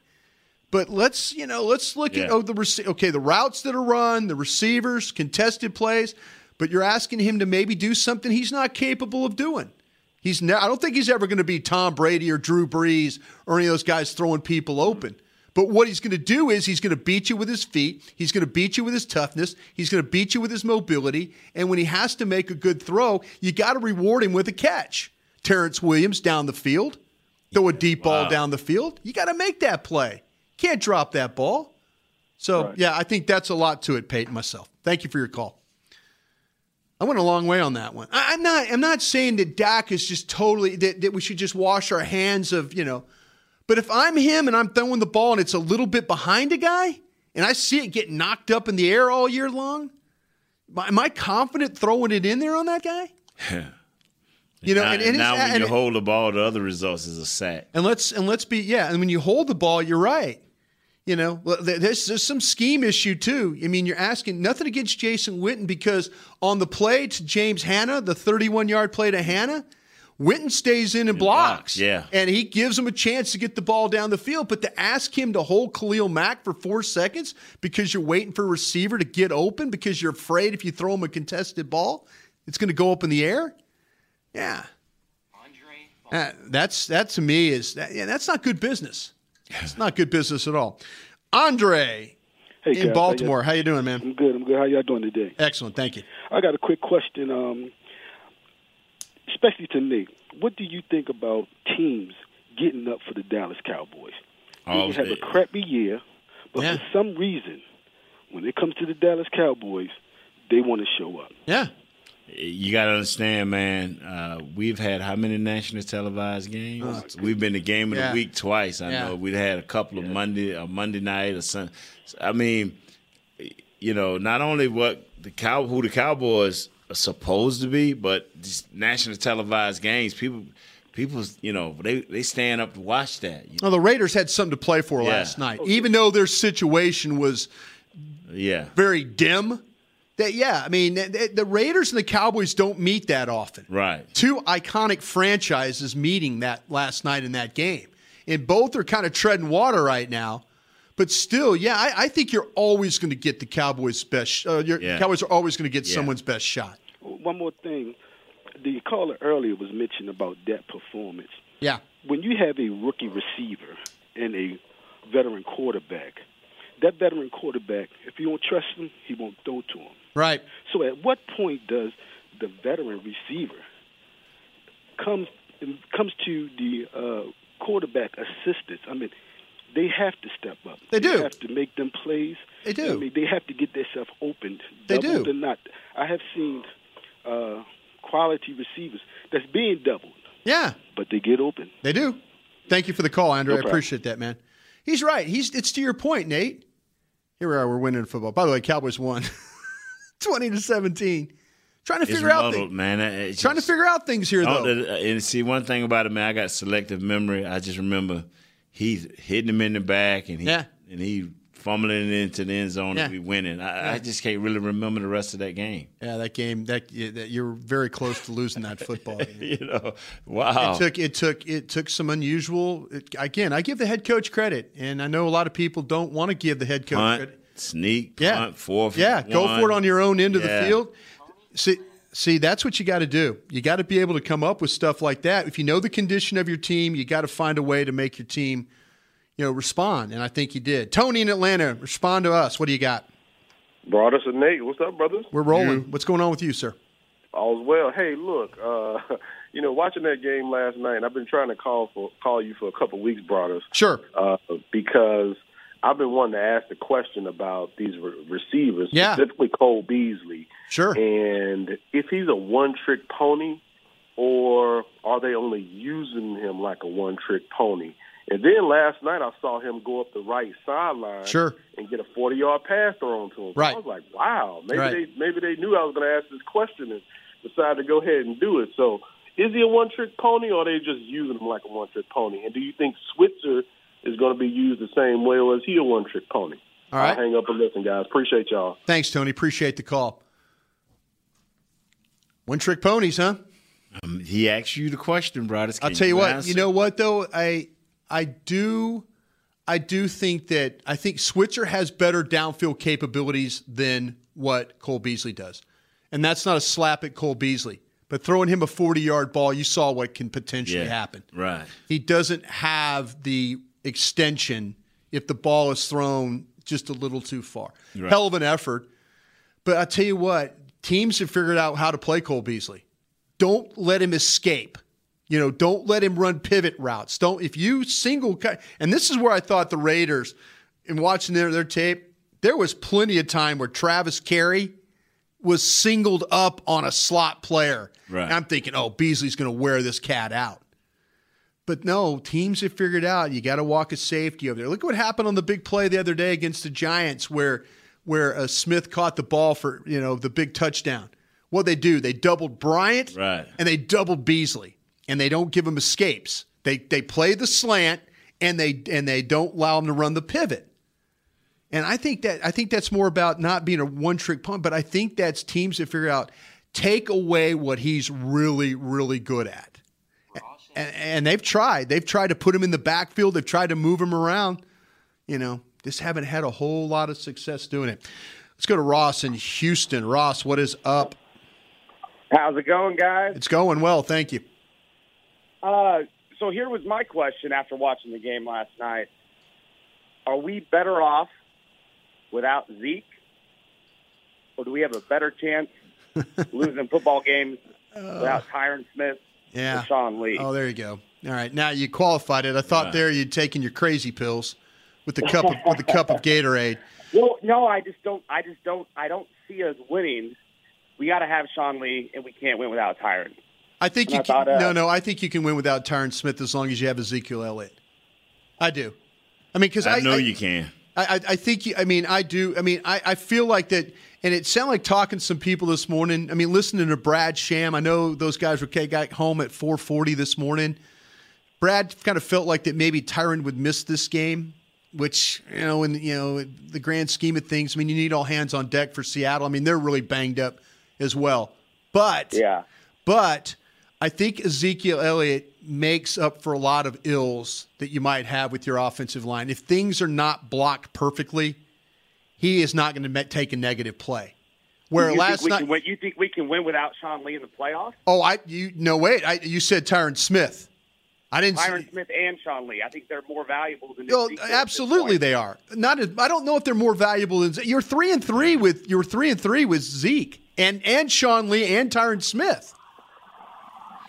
Speaker 2: but let's you know let's look at
Speaker 3: Yeah.
Speaker 2: oh the rece- okay the routes that are run, the receivers, contested plays, but you're asking him to maybe do something he's not capable of doing. He's ne- I don't think he's ever going to be Tom Brady or Drew Brees or any of those guys throwing people open. But what he's going to do is he's going to beat you with his feet. He's going to beat you with his toughness. He's going to beat you with his mobility. And when he has to make a good throw, you got to reward him with a catch. Terrence Williams down the field, throw a deep ball
Speaker 3: Wow.
Speaker 2: down the field. You got to make that play. Can't drop that ball. So, yeah, I think that's a lot to it, Peyton, myself. Thank you for your call. I went a long way on that one. I, I'm not. I'm not saying that Dak is just totally that, that we should just wash our hands of you know. But if I'm him and I'm throwing the ball and it's a little bit behind a guy and I see it get knocked up in the air all year long, am I- am I confident throwing it in there on that guy? You know,
Speaker 3: now,
Speaker 2: and- and
Speaker 3: now
Speaker 2: it's-
Speaker 3: when
Speaker 2: and-
Speaker 3: you hold the ball, the other results is a sack.
Speaker 2: And let's and let's be yeah. And when you hold the ball, you're right. You know, well, th- there's, there's some scheme issue too. I mean, you're asking nothing against Jason Witten because on the play to James Hanna, the 31 yard play to Hanna, Witten stays in and blocks.
Speaker 3: Yeah.
Speaker 2: And he gives him a chance to get the ball down the field. But to ask him to hold Khalil Mack for four seconds because you're waiting for a receiver to get open because you're afraid if you throw him a contested ball, it's going to go up in the air. Yeah. Uh, that's that to me is that, yeah, that's not good business. It's not good business at all. Andre
Speaker 19: Hey, Kev,
Speaker 2: in
Speaker 19: how
Speaker 2: Baltimore,
Speaker 19: you-
Speaker 2: how you doing, man?
Speaker 19: I'm good. I'm good. How y'all doing today?
Speaker 2: Excellent, thank you.
Speaker 19: I got a quick question, um, especially to Nick. What do you think about teams getting up for the Dallas Cowboys?
Speaker 3: Oh,
Speaker 19: they have a crappy year, but for some reason, when it comes to the Dallas Cowboys, they want to show up.
Speaker 2: Yeah.
Speaker 3: You got to understand, man. Uh, we've had how many national televised games? we've been the game of
Speaker 19: Yeah.
Speaker 3: the week twice. I
Speaker 19: Yeah.
Speaker 3: know we've had a couple of Monday, a Monday night, or some. I mean, you know, not only what the cow who the Cowboys are supposed to be, but these national televised games, people, people, you know, they they stand up to watch that.
Speaker 2: Well, the Raiders had something to play for
Speaker 3: Yeah.
Speaker 2: last
Speaker 19: Oh,
Speaker 2: night, even though their situation was
Speaker 3: Yeah.
Speaker 2: very dim. That yeah, I mean th- th- the Raiders and the Cowboys don't meet that often.
Speaker 3: Right.
Speaker 2: Two iconic franchises meeting that last night in that game, and both are kind of treading water right now. But still, yeah, I, I think you're always going to get the Cowboys' best. Sh- uh, your
Speaker 19: Yeah.
Speaker 2: Cowboys are always going to get
Speaker 19: Yeah.
Speaker 2: someone's best shot.
Speaker 19: One more thing. The caller earlier was mentioned about that performance.
Speaker 2: Yeah.
Speaker 19: when you have a rookie receiver and a veteran quarterback, that veteran quarterback, if you don't trust him, he won't throw to him.
Speaker 2: Right.
Speaker 19: So at what point does the veteran receiver comes comes to the uh, quarterback assistance? I mean, they have to step up.
Speaker 2: They do.
Speaker 19: have to make them plays.
Speaker 2: They do.
Speaker 19: I mean, they have to get themselves open.
Speaker 2: They
Speaker 19: doubled
Speaker 2: do.
Speaker 19: Or not. I have seen uh, quality receivers that's being doubled,
Speaker 2: Yeah.
Speaker 19: but they get open.
Speaker 2: They do. Thank you for the call, Andre.
Speaker 19: No
Speaker 2: I
Speaker 19: problem.
Speaker 2: appreciate that, man. He's right. He's it's to your point, Nate. Here we are. We're winning football. By the way, Cowboys won, twenty to seventeen. Trying to
Speaker 3: It's
Speaker 2: figure out
Speaker 3: muddled,
Speaker 2: things.
Speaker 3: man. It's
Speaker 2: Trying to figure out things here,
Speaker 3: Oh,
Speaker 2: though.
Speaker 3: the- and see, one thing about it, man, I got selective memory. I just remember he's hitting him in the back, and he
Speaker 2: Yeah.
Speaker 3: and he fumbling it into the end zone, and
Speaker 2: Yeah.
Speaker 3: we winning. I,
Speaker 2: Yeah.
Speaker 3: I just can't really remember the rest of that game.
Speaker 2: Yeah, that game. That, yeah, that you're very close to losing that football. game.
Speaker 3: You know, wow.
Speaker 2: It took it took it took some unusual. It, again, I give the head coach credit, and I know a lot of people don't want to give the head coach
Speaker 3: punt,
Speaker 2: credit.
Speaker 3: sneak,
Speaker 2: Yeah.
Speaker 3: punt, fourth.
Speaker 2: Yeah, go
Speaker 3: one.
Speaker 2: for it on your own end of
Speaker 3: Yeah.
Speaker 2: the field. See, see, that's what you got to do. You got to be able to come up with stuff like that. If you know the condition of your team, you got to find a way to make your team, you know, respond. And I think he did. Tony in Atlanta, respond to us. What do you got?
Speaker 21: Brought us a Nate. What's up, brothers?
Speaker 2: We're rolling. What's going on with you, sir?
Speaker 21: All's well. Hey, look, uh, you know, watching that game last night, I've been trying to call for call you for a couple weeks, brothers,
Speaker 2: Sure.
Speaker 21: uh, because I've been wanting to ask the question about these re- receivers,
Speaker 2: Yeah.
Speaker 21: specifically Cole Beasley.
Speaker 2: Sure.
Speaker 21: And if he's a one trick pony, or are they only using him like a one trick pony? And then last night I saw him go up the right sideline
Speaker 2: Sure.
Speaker 21: and get a forty yard pass thrown to him. So
Speaker 2: Right.
Speaker 21: I was like, wow, maybe
Speaker 2: Right.
Speaker 21: they maybe they knew I was going to ask this question and decided to go ahead and do it. So is he a one trick pony or are they just using him like a one trick pony? And do you think Switzer is going to be used the same way or is he a one trick pony?
Speaker 2: All right.
Speaker 21: I'll hang up and listen, guys. Appreciate y'all.
Speaker 2: Thanks, Tony. Appreciate the call. One trick ponies, huh?
Speaker 3: Um, he asked you the question, Broadus.
Speaker 2: I'll
Speaker 3: Can
Speaker 2: tell you what.
Speaker 3: answer?
Speaker 2: You know what though? I I do I do think that I think Switzer has better downfield capabilities than what Cole Beasley does. And that's not a slap at Cole Beasley, but throwing him a 40-yard ball, you saw what can potentially
Speaker 3: Yeah.
Speaker 2: happen.
Speaker 3: Right.
Speaker 2: He doesn't have the extension if the ball is thrown just a little too far.
Speaker 3: Right.
Speaker 2: Hell of an effort. But I tell you what, teams have figured out how to play Cole Beasley. Don't let him escape. You know, don't let him run pivot routes. Don't if you single cut. And this is where I thought the Raiders, in watching their their tape, there was plenty of time where Travis Carey was singled up on a slot player.
Speaker 3: Right.
Speaker 2: And I'm thinking, oh, Beasley's going to wear this cat out. But no, teams have figured out you got to walk a safety over there. Look what happened on the big play the other day against the Giants, where where uh, Smith caught the ball for you know the big touchdown. What they do? They doubled Bryant,
Speaker 3: Right.
Speaker 2: and they doubled Beasley, and they don't give him escapes. They they play the slant and they and they don't allow him to run the pivot. And I think that I think that's more about not being a one-trick pony, but I think that's teams that figure out take away what he's really, really good at. And, and they've tried. They've tried to put him in the backfield. They've tried to move him around. You know, just haven't had a whole lot of success doing it. Let's go to Ross in Houston. Ross, what is up?
Speaker 22: How's it going, guys?
Speaker 2: It's going well, thank you.
Speaker 22: Uh, so here was my question after watching the game last night: Are we better off without Zeke, or do we have a better chance losing football games without Tyron Smith
Speaker 2: Yeah.
Speaker 22: or Sean Lee?
Speaker 2: Oh, there you go. All right, now you qualified it. I thought
Speaker 22: Yeah.
Speaker 2: there you'd taken your crazy pills with the cup of, with the cup of Gatorade.
Speaker 22: Well, no, I just don't. I just don't. I don't see us winning. We got to have Sean Lee, and we can't win without Tyron.
Speaker 2: I think
Speaker 22: And
Speaker 2: you
Speaker 22: I thought,
Speaker 2: can,
Speaker 22: uh,
Speaker 2: no, no. I think you can win without Tyron Smith as long as you have Ezekiel Elliott. I do. I mean, because I,
Speaker 3: I know you can.
Speaker 2: I, I- I think you, I mean I do I mean I, I feel like that and it sounded like talking to some people this morning I mean listening to Brad Sham I know those guys were okay, got home at 440 this morning Brad kind of felt like that maybe Tyron would miss this game which you know in you know the grand scheme of things I mean you need all hands on deck for Seattle I mean they're really banged up as well but
Speaker 22: yeah
Speaker 2: but I think Ezekiel Elliott makes up for a lot of ills that you might have with your offensive line. If things are not blocked perfectly, he is not going to take a negative play. Where
Speaker 22: you
Speaker 2: last
Speaker 22: think we
Speaker 2: night,
Speaker 22: can win, you think we can win without Sean Lee in the playoffs?
Speaker 2: oh, I you no wait, I, you said Tyron Smith. I didn't.
Speaker 22: Tyron
Speaker 2: say
Speaker 22: Smith and Sean Lee. I think they're more valuable than.
Speaker 2: Oh,
Speaker 22: Ezekiel.
Speaker 2: absolutely, they are not. As, I don't know if they're more valuable than Ze- you're three and three with you're three and three with Zeke and and Sean Lee and Tyron Smith.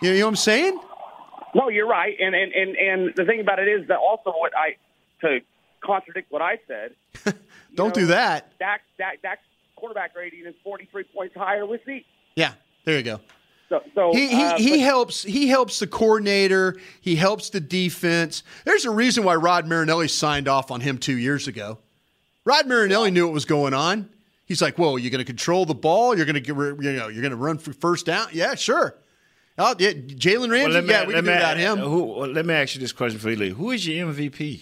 Speaker 2: You know, you know what I'm saying?
Speaker 22: No, you're right. And and and and the thing about it is that also what I to contradict what I said.
Speaker 2: Don't do that.
Speaker 22: Dak Dak Dak's quarterback rating is 43 points higher with Zeke.
Speaker 2: Yeah, there you go.
Speaker 22: So, so
Speaker 2: he he,
Speaker 22: uh,
Speaker 2: he
Speaker 22: but-
Speaker 2: helps he helps the coordinator. He helps the defense. There's a reason why Rod Marinelli signed off on him two years ago. Rod Marinelli knew what was going on. He's like, "Whoa, you're going to control the ball. You're going to you know you're going to run for first down. Yeah, sure. Oh, yeah, Jalen Ramsey.
Speaker 3: Well, let me-
Speaker 2: yeah, we can
Speaker 3: let
Speaker 2: do
Speaker 3: me-
Speaker 2: without him.
Speaker 3: Who, well, let me ask you this question before you leave. Who is your MVP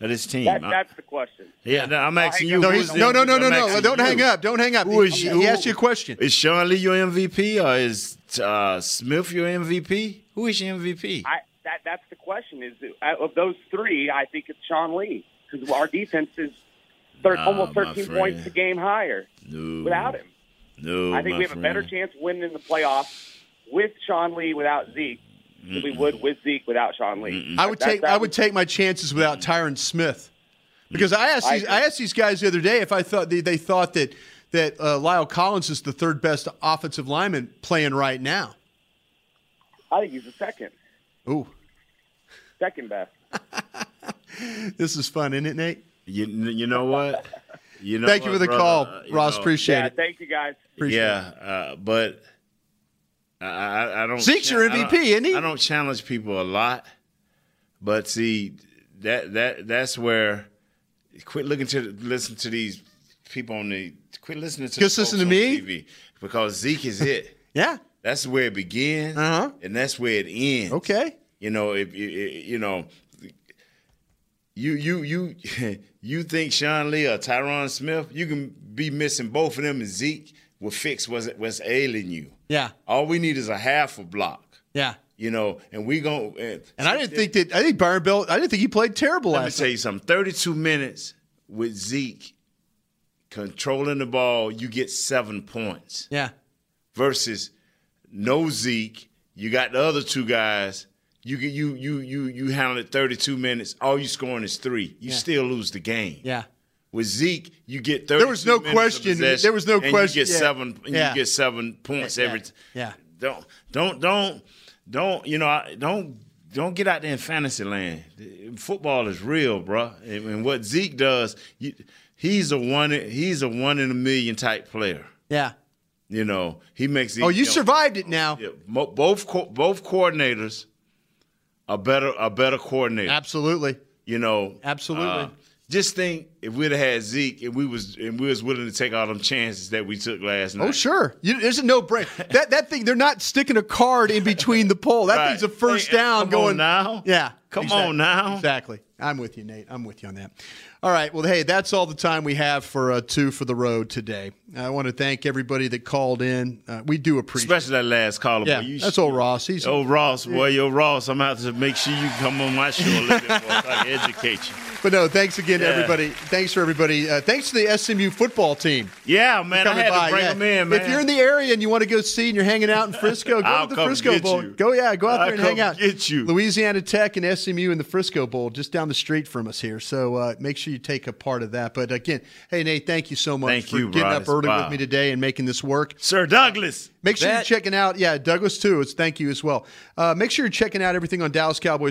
Speaker 3: of this team?
Speaker 22: That,
Speaker 3: I-
Speaker 22: that's the question.
Speaker 3: yeah, no, I'm asking you.
Speaker 2: No,
Speaker 3: who
Speaker 2: he's-
Speaker 3: is
Speaker 2: no, no,
Speaker 3: the-
Speaker 2: no, no,
Speaker 3: I'm
Speaker 2: no.
Speaker 3: asking
Speaker 2: Don't
Speaker 3: you.
Speaker 2: hang up. Don't hang up.
Speaker 3: Who is
Speaker 2: He-
Speaker 3: you?
Speaker 2: he asked you a question.
Speaker 3: Is Sean Lee your MVP or is uh, Smith your MVP? Who is your MVP?
Speaker 22: I, that that's the question. Is uh, of those three, I think it's Sean Lee because our defense is thir-
Speaker 3: Nah,
Speaker 22: almost
Speaker 3: Ah, my
Speaker 22: 13
Speaker 3: friend.
Speaker 22: points a game higher
Speaker 3: No,
Speaker 22: without him.
Speaker 3: No,
Speaker 22: I think
Speaker 3: my
Speaker 22: we have a better
Speaker 3: friend.
Speaker 22: chance of winning in the playoffs with Sean Lee without Zeke than we would with Zeke without Sean Lee.
Speaker 2: I would
Speaker 22: That-
Speaker 2: take
Speaker 22: that
Speaker 2: I would take my chances without Tyron Smith because I asked these, I asked these guys the other day if I thought they, they thought that that uh, Lyle Collins is the third best offensive lineman playing right now.
Speaker 22: I think he's the second,
Speaker 2: Ooh,
Speaker 22: second best.
Speaker 2: this is fun, isn't it, Nate?
Speaker 3: You, you know what? You know
Speaker 2: Thank you
Speaker 3: what,
Speaker 2: for the
Speaker 3: brother?
Speaker 2: call,
Speaker 3: Uh, you
Speaker 2: Ross.
Speaker 3: know-
Speaker 2: appreciate
Speaker 22: yeah,
Speaker 2: it.
Speaker 22: thank you guys.
Speaker 3: yeah, uh, but I, I, I don't.
Speaker 2: Zeke's your
Speaker 3: I don't-
Speaker 2: MVP, isn't he?
Speaker 3: I don't challenge people a lot, but see that that that's where quit looking to listen to these people on the quit listening to
Speaker 2: Just
Speaker 3: the folks
Speaker 2: listen to
Speaker 3: on
Speaker 2: me?
Speaker 3: TV because Zeke is it.
Speaker 2: yeah, Uh-huh.
Speaker 3: that's where it begins, and that's where it ends.
Speaker 2: Okay,
Speaker 3: you know if you- you know you you you you think Sean Lee or Tyron Smith, you can be missing both of them, and Zeke will fix what's what's ailing you.
Speaker 2: Yeah,
Speaker 3: All we need is a half a block,
Speaker 2: yeah.
Speaker 3: you know, and we going and,
Speaker 2: And I didn't think that I think Byron Bell. I didn't think he played terrible
Speaker 3: Let me
Speaker 2: last
Speaker 3: tell
Speaker 2: night.
Speaker 3: you something. Thirty-two minutes with Zeke controlling the ball, you get seven points.
Speaker 2: Yeah.
Speaker 3: Versus no Zeke, you got the other two guys. You get you you you you handle it thirty-two minutes. All you scoring is three. You still lose the game.
Speaker 2: Yeah.
Speaker 3: With Zeke, you get thirty.
Speaker 2: There was no question- there was no
Speaker 3: and
Speaker 2: question-
Speaker 3: You get
Speaker 2: yeah.
Speaker 3: seven. and
Speaker 2: Yeah.
Speaker 3: You get seven points
Speaker 2: Yeah,
Speaker 3: every.
Speaker 2: yeah.
Speaker 3: t-
Speaker 2: Yeah.
Speaker 3: Don't don't don't don't you know? I- Don't don't get out there in fantasy land. Football is real, bruh. And and what Zeke does, you, he's a one. in- He's a one in a million type player.
Speaker 2: Yeah.
Speaker 3: You know, he makes.
Speaker 2: Oh, you
Speaker 3: know,
Speaker 2: survived it now.
Speaker 3: yeah, mo- both co- both coordinators are better are better coordinators.
Speaker 2: Absolutely.
Speaker 3: You know. uh,
Speaker 2: Absolutely.
Speaker 3: just think if we'd have had Zeke and we was and we was willing to take all them chances that we took last night.
Speaker 2: Oh sure, you, there's a no brain. That that thing they're not sticking a card in between the pole. That
Speaker 3: Right.
Speaker 2: thing's a first
Speaker 3: Hey,
Speaker 2: down
Speaker 3: come on
Speaker 2: going
Speaker 3: now.
Speaker 2: Yeah,
Speaker 3: Come
Speaker 2: Exactly.
Speaker 3: on now.
Speaker 2: Exactly. I'm with you, Nate. I'm with you on that. All right. Well, hey, that's all the time we have for uh, two for the road today. I want to thank everybody that called in. Uh, we do appreciate.
Speaker 3: Especially that last caller.
Speaker 2: Yeah,
Speaker 3: boy. You
Speaker 2: that's old Ross. He's
Speaker 3: Yo, Ross, boy, yo, Ross, I'm going to have to make sure you come on my show a little bit more so I can educate you.
Speaker 2: But no, thanks again, to
Speaker 3: Yeah.
Speaker 2: everybody. Thanks for everybody. Uh, thanks to the SMU football team.
Speaker 3: Yeah,
Speaker 2: for
Speaker 3: man, I
Speaker 2: coming
Speaker 3: had
Speaker 2: by.
Speaker 3: to bring
Speaker 2: Yeah.
Speaker 3: them in, man.
Speaker 2: If you're in the area and you want to go see and you're hanging out in Frisco, go
Speaker 3: I'll
Speaker 2: to the
Speaker 3: come
Speaker 2: Frisco
Speaker 3: get
Speaker 2: Bowl.
Speaker 3: you.
Speaker 2: Go, yeah, go out
Speaker 3: I'll
Speaker 2: there and
Speaker 3: come
Speaker 2: hang out.
Speaker 3: get you.
Speaker 2: Louisiana Tech and SMU in the Frisco Bowl, just down the street from us here. So uh, make sure you take a part of that. But again, hey Nate, thank you so much
Speaker 3: Thank
Speaker 2: for
Speaker 3: you,
Speaker 2: getting
Speaker 3: Rod.
Speaker 2: up
Speaker 3: It's
Speaker 2: early
Speaker 3: wild.
Speaker 2: with me today and making this work.
Speaker 3: Sir Douglas.
Speaker 2: Make sure you're
Speaker 3: That-
Speaker 2: checking out, yeah, Douglas too. It's thank you as well. Uh, make sure you're checking out everything on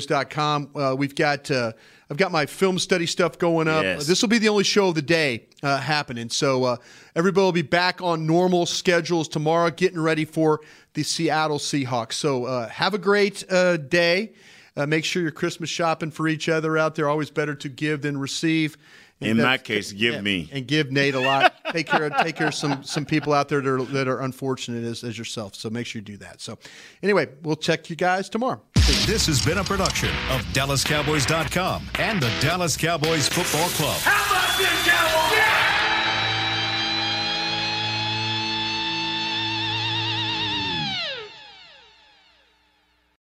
Speaker 2: DallasCowboys.com. Uh, we've got, uh, I've got my film study stuff going up.
Speaker 3: Yes.
Speaker 2: This will be the only show of the day uh, happening. So uh, everybody will be back on normal schedules tomorrow, getting ready for the Seattle Seahawks. So uh, have a great uh, day. Uh, make sure you're Christmas shopping for each other out there. Always better to give than receive. And
Speaker 3: In my
Speaker 2: that's-
Speaker 3: case, give
Speaker 2: yeah,
Speaker 3: me.
Speaker 2: and give Nate a lot. take care of take care of some some people out there that are, that are unfortunate as, as yourself. So make sure you do that. So anyway, we'll check you guys tomorrow.
Speaker 1: This has been a production of DallasCowboys.com and the Dallas Cowboys Football Club.
Speaker 6: How about this, Cowboys? Yeah!